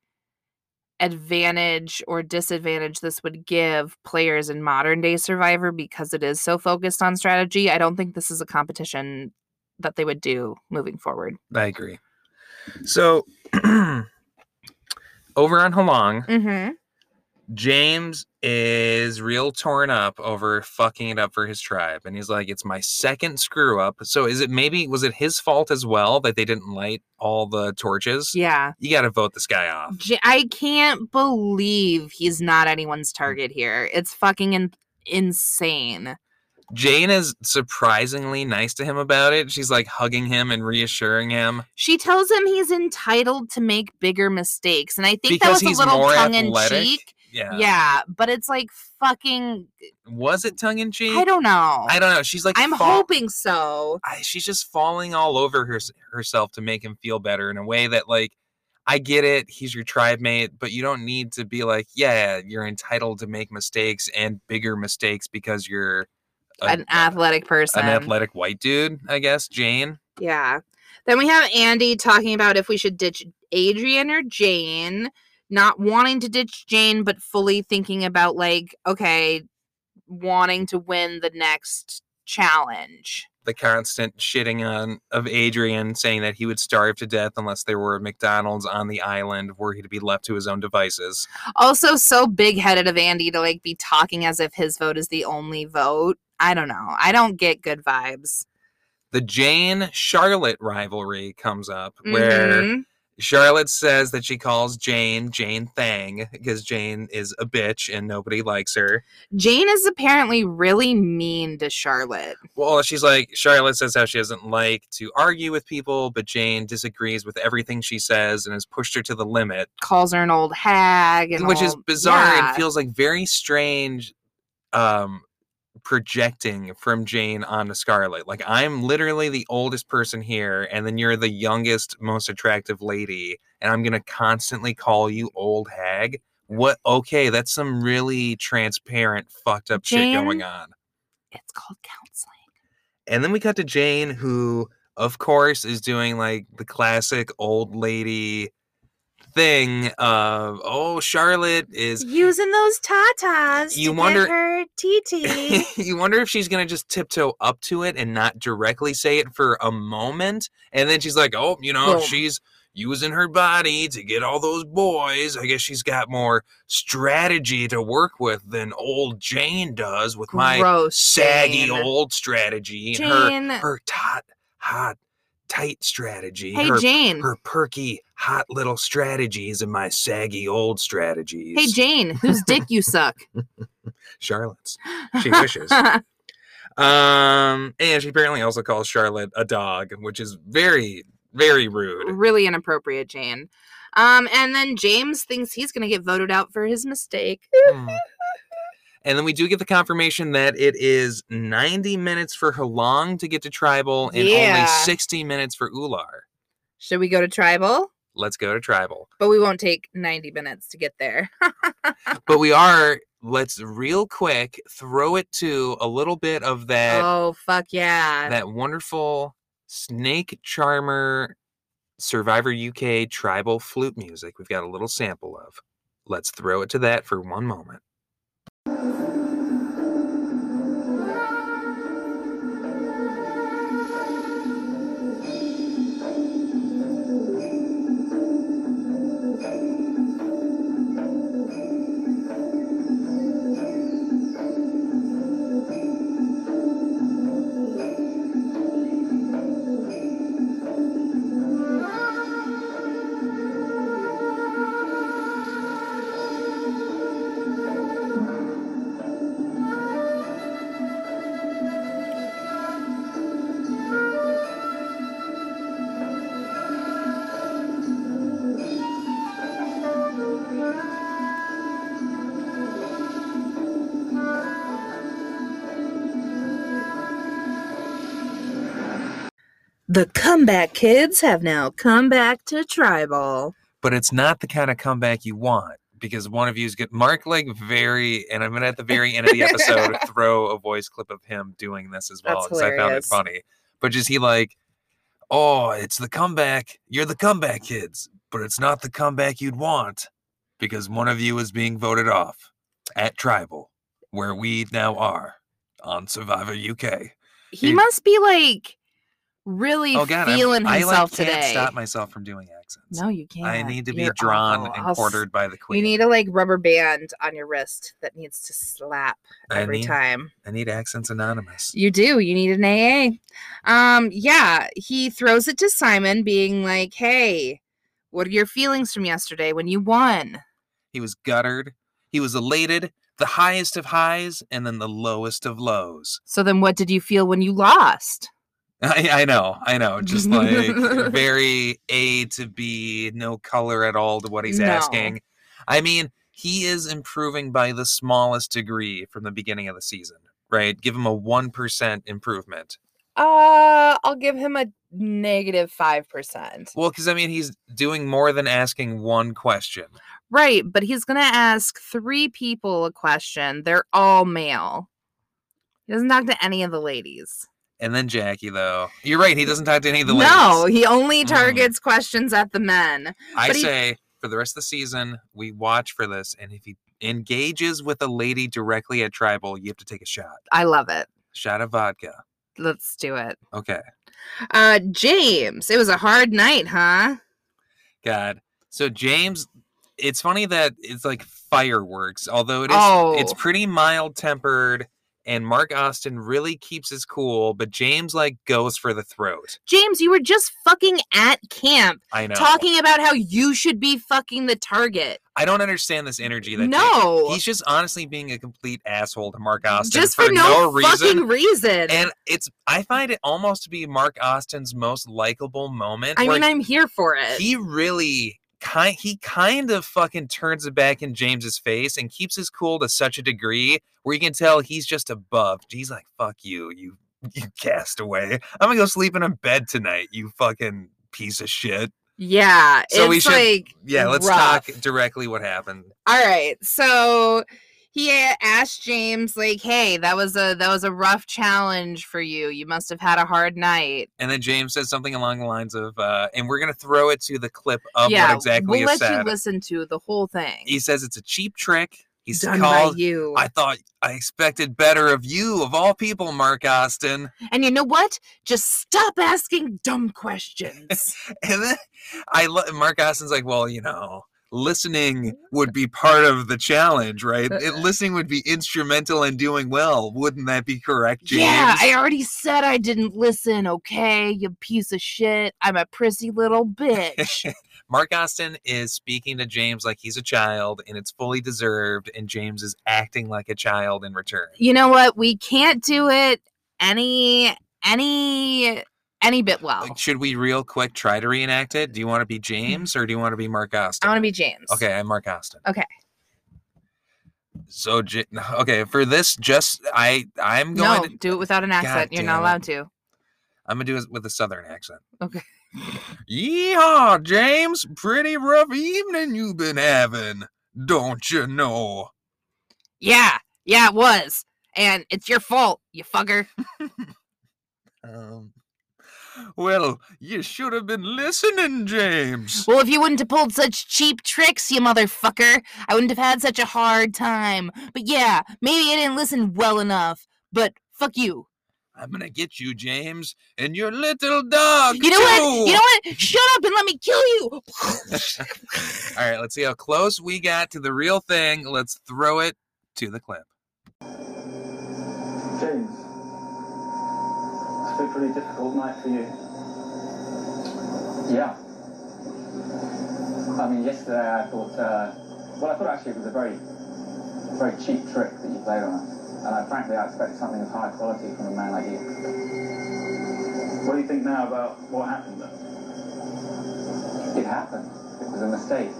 Speaker 3: advantage or disadvantage this would give players in modern day survivor because it is so focused on strategy, I don't think this is a competition that they would do moving forward.
Speaker 1: i agree so over on halong
Speaker 3: Mhm.
Speaker 1: James is real torn up over fucking it up for his tribe. And he's like, it's my second screw up. So is it maybe, was it his fault as well that they didn't light all the torches?
Speaker 3: Yeah.
Speaker 1: You got to vote this guy off.
Speaker 3: J- I can't believe he's not anyone's target here. It's fucking in- insane.
Speaker 1: Jane is surprisingly nice to him about it. She's like hugging him and reassuring him
Speaker 3: She tells him he's entitled to make bigger mistakes, and I think
Speaker 1: because
Speaker 3: that was
Speaker 1: he's
Speaker 3: a little
Speaker 1: more
Speaker 3: tongue in
Speaker 1: athletic.
Speaker 3: cheek.
Speaker 1: Yeah.
Speaker 3: Yeah, but it's like fucking.
Speaker 1: Was it tongue in cheek?
Speaker 3: I don't know.
Speaker 1: I don't know. She's like,
Speaker 3: I'm
Speaker 1: fa-
Speaker 3: hoping so.
Speaker 1: I, she's just falling all over her, herself to make him feel better in a way that like i get it he's your tribe mate but you don't need to be like yeah you're entitled to make mistakes and bigger mistakes because you're a-
Speaker 3: An athletic person.
Speaker 1: an athletic white dude i guess jane
Speaker 3: Yeah. Then we have Andy talking about if we should ditch Adrian or Jane, not wanting to ditch Jane, but fully thinking about, like, okay, wanting to win the next challenge.
Speaker 1: the constant shitting on of adrian saying that he would starve to death unless there were a mcdonald's on the island were he to be left to his own devices
Speaker 3: Also, so big headed of Andy to, like, be talking as if his vote is the only vote. I don't know. I don't get good vibes.
Speaker 1: the jane charlotte rivalry comes up where
Speaker 3: Mhm.
Speaker 1: Charlotte says that she calls Jane Jane Thang because Jane is a bitch and nobody likes her.
Speaker 3: Jane is apparently really mean to Charlotte.
Speaker 1: Well, she's like, Charlotte says how she doesn't like to argue with people, but Jane disagrees with everything she says and has pushed her to the limit,
Speaker 3: Calls her an old hag, and
Speaker 1: which is
Speaker 3: all-
Speaker 1: bizarre
Speaker 3: Yeah.
Speaker 1: and feels like very strange um, projecting from Jane onto Scarlett. Like, I'm literally the oldest person here, and then you're the youngest, most attractive lady, and I'm going to constantly call you old hag. What? Okay, that's some really transparent, fucked up shit going
Speaker 3: Jane?
Speaker 1: on.
Speaker 3: it's called counseling.
Speaker 1: And then we cut to Jane, who, of course, is doing like the classic old lady thing of, oh, Charlotte is
Speaker 3: using those tatas
Speaker 1: You wonder-
Speaker 3: her TT.
Speaker 1: you wonder if she's gonna just tiptoe up to it and not directly say it for a moment, and then she's like, "Oh, you know,
Speaker 3: Boom.
Speaker 1: she's using her body to get all those boys. I guess she's got more strategy to work with than old Jane does with my
Speaker 3: Gross.
Speaker 1: saggy
Speaker 3: Jane.
Speaker 1: old strategy and her
Speaker 3: Jane.
Speaker 1: her taut, hot, tight strategy.
Speaker 3: hey
Speaker 1: her,
Speaker 3: Jane.
Speaker 1: her perky, hot little strategies and my saggy old strategies.
Speaker 3: Hey Jane, whose dick you suck?
Speaker 1: Charlotte's. She wishes. Um, and she apparently also calls Charlotte a dog, which is very, very rude.
Speaker 3: really inappropriate, Jane. Um, and then James thinks he's gonna get voted out for his mistake.
Speaker 1: Mm. and then we do get the confirmation that it is 90 minutes for Halong to get to tribal and
Speaker 3: Yeah.
Speaker 1: only 60 minutes for Ular.
Speaker 3: Should we go to tribal?
Speaker 1: Let's go to tribal.
Speaker 3: But we won't take 90 minutes to get there.
Speaker 1: But we are, let's real quick throw it to a little bit of that
Speaker 3: oh, fuck yeah.
Speaker 1: that wonderful Snake Charmer Survivor UK tribal flute music we've got a little sample of. Let's throw it to that for one moment.
Speaker 3: the comeback kids have now come back to tribal.
Speaker 1: But it's not the kind of comeback you want because one of you's good. Mark, like, very, and I'm going to at the very end of the episode throw a voice clip of him doing this as
Speaker 3: That's
Speaker 1: well because I found it
Speaker 3: hilarious.
Speaker 1: funny. But just he, like, oh, it's the comeback. You're the comeback kids, but it's not the comeback you'd want because one of you is being voted off at Tribal, where we now are on Survivor UK.
Speaker 3: He
Speaker 1: Dude.
Speaker 3: must be like really
Speaker 1: Oh God, I'm-
Speaker 3: feeling
Speaker 1: I like,
Speaker 3: himself
Speaker 1: can't
Speaker 3: today.
Speaker 1: stop myself from doing accents.
Speaker 3: no, you can't.
Speaker 1: I need to be
Speaker 3: You're
Speaker 1: drawn
Speaker 3: awful.
Speaker 1: and
Speaker 3: I'll s-
Speaker 1: quartered by the queen.
Speaker 3: You need a like rubber band on your wrist that needs to slap
Speaker 1: I
Speaker 3: every
Speaker 1: need-
Speaker 3: time.
Speaker 1: I need accents anonymous.
Speaker 3: You do. You need an AA. Um, yeah, he throws it to Simon, being like, "Hey, what are your feelings from yesterday when you won?"
Speaker 1: He was guttered. He was elated. The highest of highs and then the lowest of lows.
Speaker 3: So then, what did you feel when you lost?
Speaker 1: I, I know, I know. Just like very A to B, no color at all to what he's
Speaker 3: No.
Speaker 1: asking. I mean, he is improving by the smallest degree from the beginning of the season, right? Give him a 1% improvement.
Speaker 3: Uh, I'll give him a negative five percent.
Speaker 1: Well, because I mean, he's doing more than asking one question.
Speaker 3: Right, but he's gonna ask three people a question. They're all male. He doesn't talk to any of the ladies.
Speaker 1: And then Jackie, though, you're right. He doesn't talk to any of the ladies.
Speaker 3: no, he only
Speaker 1: Mm.
Speaker 3: targets questions at the men.
Speaker 1: I
Speaker 3: But he-
Speaker 1: say for the rest of the season, we watch for this, and if he engages with a lady directly at tribal, you have to take a shot.
Speaker 3: I love it.
Speaker 1: Shot of vodka.
Speaker 3: Let's do it.
Speaker 1: Okay.
Speaker 3: Uh, James, it was a hard night, huh?
Speaker 1: God. So James, it's funny that it's like fireworks, although it is it's
Speaker 3: Oh.
Speaker 1: pretty mild tempered. And Mark Austin really keeps his cool, but James like goes for the throat.
Speaker 3: James, you were just fucking at camp
Speaker 1: I know.
Speaker 3: talking about how you should be fucking the target.
Speaker 1: I don't understand this energy that James-
Speaker 3: No.
Speaker 1: he's just honestly being a complete asshole to Mark Austin
Speaker 3: Just for, no,
Speaker 1: reason.
Speaker 3: fucking reason.
Speaker 1: And it's I find it almost to be Mark Austin's most likable moment.
Speaker 3: I
Speaker 1: where
Speaker 3: mean, uh, I'm here for it.
Speaker 1: he really kind he kind of fucking turns it back in James's face and keeps his cool to such a degree where you can tell he's just above. He's like, fuck you, you you castaway. I'm gonna go sleep in a bed tonight, you fucking piece of shit.
Speaker 3: yeah,
Speaker 1: So we
Speaker 3: it's
Speaker 1: should-
Speaker 3: like,
Speaker 1: Yeah, let's
Speaker 3: Rough.
Speaker 1: talk directly what happened.
Speaker 3: all right, so he a- asked James, like, "Hey, that was a that was a rough challenge for you. You must have had a hard night."
Speaker 1: And then James says something along the lines of, uh, and we're gonna throw it to the clip of
Speaker 3: yeah,
Speaker 1: what exactly
Speaker 3: we'll
Speaker 1: is
Speaker 3: let
Speaker 1: said.
Speaker 3: you listen to the whole thing.
Speaker 1: he says it's a cheap trick. He's
Speaker 3: done
Speaker 1: called
Speaker 3: by you.
Speaker 1: I thought I expected better of you, of all people, Mark Austin.
Speaker 3: And you know what? Just stop asking dumb questions.
Speaker 1: And then I lo- Mark Austin's like, well, you know, listening would be part of the challenge, right?
Speaker 3: Uh-uh.
Speaker 1: It, listening would be instrumental in doing well. Wouldn't that be correct, James?
Speaker 3: Yeah, I already said I didn't listen, okay? You piece of shit. I'm a prissy little bitch.
Speaker 1: Mark Austin is speaking to James like he's a child, and it's fully deserved. And James is acting like a child in return.
Speaker 3: you know what? We can't do it any any any bit well.
Speaker 1: Like, Should we real quick try to reenact it? Do you want to be James or do you want to be Mark Austin?
Speaker 3: Mm-hmm. I want to be James.
Speaker 1: Okay, I'm Mark Austin.
Speaker 3: Okay.
Speaker 1: So J- okay, for this, just I I'm
Speaker 3: No,
Speaker 1: going. to,
Speaker 3: do it without an accent. You're
Speaker 1: damn
Speaker 3: not
Speaker 1: it.
Speaker 3: allowed to.
Speaker 1: I'm gonna do it with a southern accent.
Speaker 3: Okay.
Speaker 1: Yeehaw, James. Pretty rough evening you've been having, don't you know?
Speaker 3: Yeah, yeah, it was. And it's your fault, you fucker.
Speaker 1: Um, well, you should have been listening, James.
Speaker 3: Well, if you wouldn't have pulled such cheap tricks, you motherfucker, I wouldn't have had such a hard time. But yeah, maybe I didn't listen well enough. But fuck you.
Speaker 1: I'm gonna get you, James, and your little dog.
Speaker 3: You know what?
Speaker 1: too.
Speaker 3: You know what? Shut up and let me kill you.
Speaker 1: All right, let's see how close we got to the real thing. Let's throw it to the clip.
Speaker 2: James, it's been a pretty difficult night for you.
Speaker 4: Yeah. I mean, yesterday I thought, uh, well, I thought actually it was a very, very cheap trick that you played on us. And I, frankly, I expected something of high quality from a man like you.
Speaker 2: What do you think now about what happened then?
Speaker 4: It happened. It was a mistake.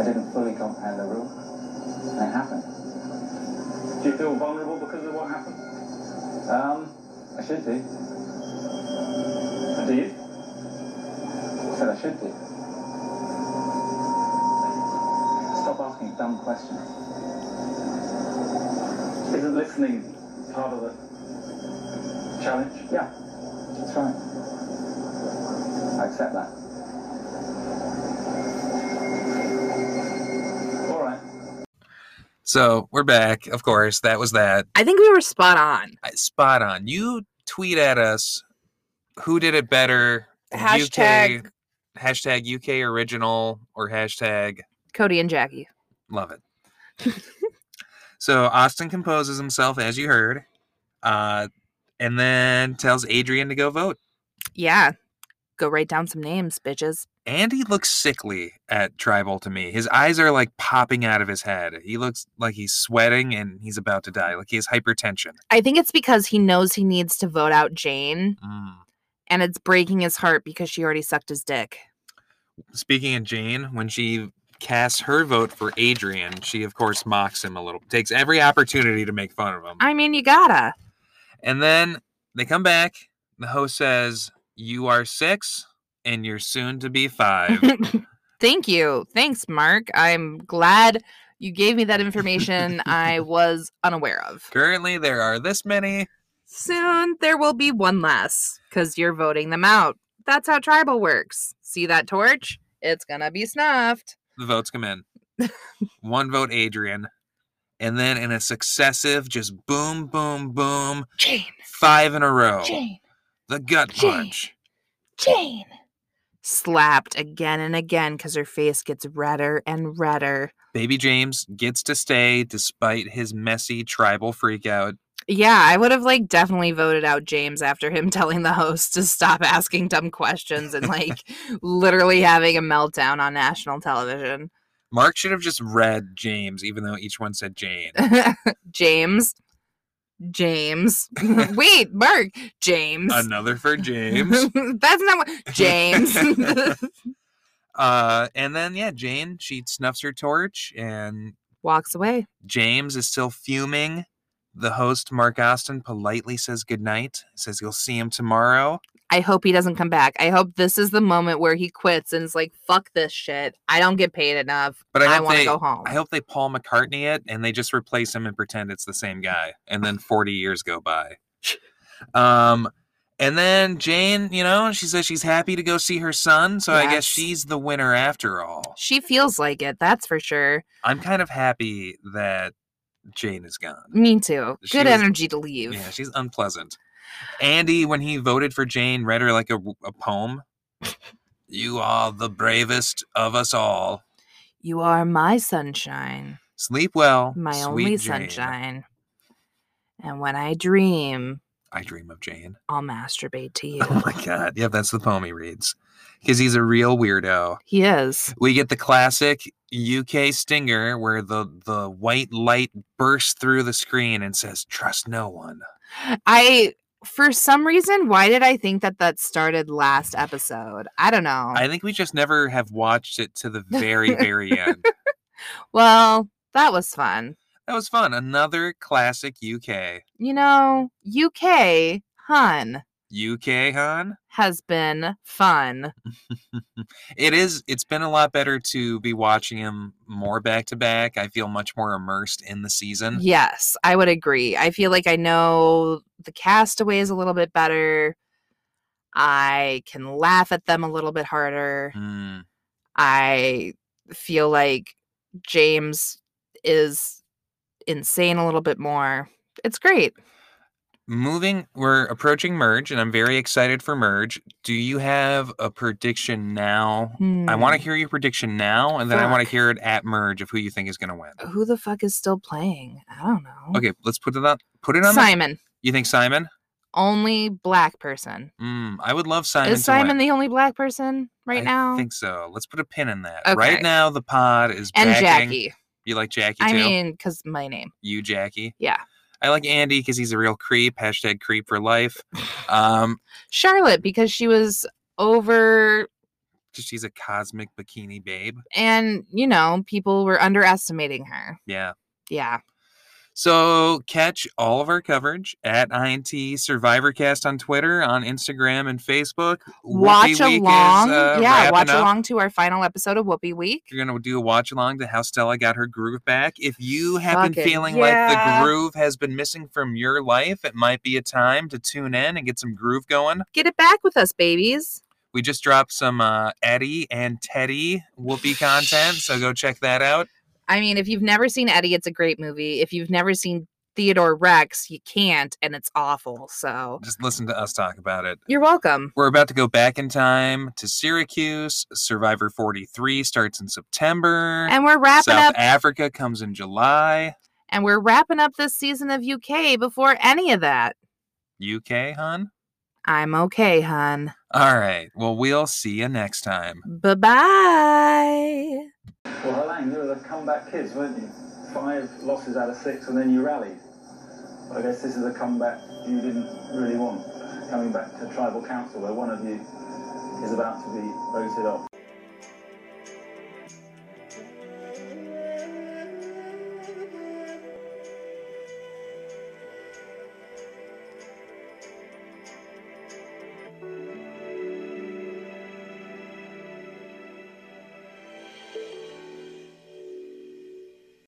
Speaker 4: I didn't fully comprehend the rules. And it happened.
Speaker 2: Do you feel vulnerable because of what happened?
Speaker 4: Um, I should do.
Speaker 2: Do you?
Speaker 4: I said I should do. Stop asking dumb questions.
Speaker 2: Isn't listening part of the challenge?
Speaker 4: Yeah, that's right. I accept that.
Speaker 2: All right.
Speaker 1: So we're back. Of course, that was that.
Speaker 3: I think we were spot on.
Speaker 1: I- Spot on. You tweet at us who did it better.
Speaker 3: Hashtag-
Speaker 1: UK, hashtag UK original or hashtag
Speaker 3: Cody and Jackie.
Speaker 1: Love it. so Austin composes himself, as you heard, uh, and then tells Adrian to go vote.
Speaker 3: Yeah. Go write down some names, bitches.
Speaker 1: And he looks sickly at Tribal to me. His eyes are like popping out of his head. He looks like he's sweating and he's about to die, like he has hypertension.
Speaker 3: I think it's because he knows he needs to vote out Jane,
Speaker 1: Mm.
Speaker 3: and it's breaking his heart because she already sucked his dick.
Speaker 1: Speaking of Jane, when she casts her vote for Adrian, she of course mocks him a little, takes every opportunity to make fun of him.
Speaker 3: I mean, you gotta.
Speaker 1: And then they come back. The host says, You are six and you're soon to be five.
Speaker 3: Thank you. Thanks, Mark. I'm glad you gave me that information I was unaware of.
Speaker 1: Currently, there are this many.
Speaker 3: Soon there will be one less because you're voting them out. That's how tribal works. See that torch? It's gonna be snuffed.
Speaker 1: The votes come in. One vote, Adrian. And then in a successive, just boom, boom, boom,
Speaker 3: Jane,
Speaker 1: five in a row.
Speaker 3: Jane,
Speaker 1: The gut
Speaker 3: Jane.
Speaker 1: punch.
Speaker 3: Jane. Slapped again and again because her face gets redder and redder.
Speaker 1: Baby James gets to stay despite his messy tribal freakout.
Speaker 3: Yeah, I would have like definitely voted out James after him telling the host to stop asking dumb questions and like literally having a meltdown on national television.
Speaker 1: Mark should have just read James, even though each one said Jane.
Speaker 3: James. James. Wait, Mark. James.
Speaker 1: Another for James.
Speaker 3: That's not what James.
Speaker 1: Uh, and then yeah, Jane she snuffs her torch, and
Speaker 3: Walks away.
Speaker 1: James is still fuming. The host Mark Austin politely says goodnight, says you'll see him tomorrow.
Speaker 3: I hope he doesn't come back. I hope this is the moment where he quits and is like, fuck this shit. I don't get paid enough.
Speaker 1: But I
Speaker 3: I,
Speaker 1: hope
Speaker 3: want
Speaker 1: they-
Speaker 3: to go home.
Speaker 1: I hope they Paul McCartney it and they just replace him and pretend it's the same guy, and then 40 years go by. Um, and then Jane, you know, she says she's happy to go see her son, so I guess
Speaker 3: Yes.
Speaker 1: she's the winner after all.
Speaker 3: she feels like it. That's for sure.
Speaker 1: I'm kind of happy that Jane is gone.
Speaker 3: Me too.
Speaker 1: She
Speaker 3: Good
Speaker 1: was-
Speaker 3: energy to leave.
Speaker 1: Yeah, she's unpleasant. Andy, when he voted for Jane, read her like a, a poem. you are the bravest of us all.
Speaker 3: You are my sunshine,
Speaker 1: Sleep well,
Speaker 3: my
Speaker 1: sweet
Speaker 3: only
Speaker 1: Jane."
Speaker 3: sunshine. And when I dream,
Speaker 1: I dream of Jane.
Speaker 3: I'll masturbate to you.
Speaker 1: Oh my god! Yeah, that's the poem he reads because he's a real weirdo.
Speaker 3: he is.
Speaker 1: We get the classic UK stinger where the the white light bursts through the screen and says, "Trust no one."
Speaker 3: I, for some reason, why did I think that that started last episode? I don't know.
Speaker 1: I think we just never have watched it to the very very end.
Speaker 3: well, that was fun.
Speaker 1: That was fun. Another classic UK.
Speaker 3: You know, UK, hun,
Speaker 1: UK, hon.
Speaker 3: has been fun.
Speaker 1: It is. It's been a lot better to be watching him more back to back. I feel much more immersed in the season.
Speaker 3: Yes, I would agree. I feel like I know the castaways a little bit better. I can laugh at them a little bit harder.
Speaker 1: Mm,
Speaker 3: I feel like James is insane a little bit more. It's great.
Speaker 1: Moving, we're approaching merge, and I'm very excited for merge. Do you have a prediction now? I want to hear your prediction now, and then I want to
Speaker 3: Hmm. Fuck.
Speaker 1: hear it at merge of who you think is going to win.
Speaker 3: Hmm, Who the fuck is still playing? I don't know.
Speaker 1: Okay, let's put it on. Put it on. the-
Speaker 3: Oh. Simon,
Speaker 1: you think Simon?
Speaker 3: only black person.
Speaker 1: Mm, I would love Simon.
Speaker 3: is
Speaker 1: to win.
Speaker 3: Simon the only black person right
Speaker 1: I
Speaker 3: now?
Speaker 1: think so. Let's put a pin in that.
Speaker 3: Okay.
Speaker 1: Right now, the pod is
Speaker 3: and
Speaker 1: backing-
Speaker 3: Jackie.
Speaker 1: You like Jackie
Speaker 3: I
Speaker 1: too?
Speaker 3: mean, because my name.
Speaker 1: you, Jackie.
Speaker 3: Yeah.
Speaker 1: I like Andy because he's a real creep. Hashtag creep for life. Um,
Speaker 3: Charlotte, because she was over,
Speaker 1: 'cause she's a cosmic bikini babe.
Speaker 3: and you know, people were underestimating her.
Speaker 1: Yeah.
Speaker 3: Yeah.
Speaker 1: So catch all of our coverage at INT SurvivorCast on Twitter, on Instagram, and Facebook. Whoopi
Speaker 3: Watch
Speaker 1: Week is,
Speaker 3: along.
Speaker 1: uh,
Speaker 3: yeah.
Speaker 1: wrapping
Speaker 3: Watch
Speaker 1: up.
Speaker 3: along to our final episode of Whoopi Week.
Speaker 1: You're gonna do a watch along to how Stella got her groove back. If you have been
Speaker 3: Fucking
Speaker 1: feeling
Speaker 3: yeah.
Speaker 1: like the groove has been missing from your life, it might be a time to tune in and get some groove going.
Speaker 3: Get it back with us, babies.
Speaker 1: We just dropped some uh, Eddie and Teddy Whoopi content, so go check that out.
Speaker 3: I mean, if you've never seen Eddie, it's a great movie. If you've never seen Theodore Rex, you can't, and it's awful. So
Speaker 1: Just listen to us talk about it.
Speaker 3: you're welcome.
Speaker 1: We're about to go back in time to Syracuse. Survivor 43 starts in September.
Speaker 3: And we're wrapping
Speaker 1: South
Speaker 3: up
Speaker 1: Africa comes in July.
Speaker 3: and we're wrapping up this season of UK before any of that.
Speaker 1: UK, hun.
Speaker 3: I'm okay, hun.
Speaker 1: All right. Well, we'll see you next time.
Speaker 3: Bye-bye.
Speaker 4: Well, Elaine, you were the comeback kids, weren't you? Five losses out of six, and then you rallied. Well, I guess this is a comeback you didn't really want, coming back to tribal council, where one of you is about to be voted off.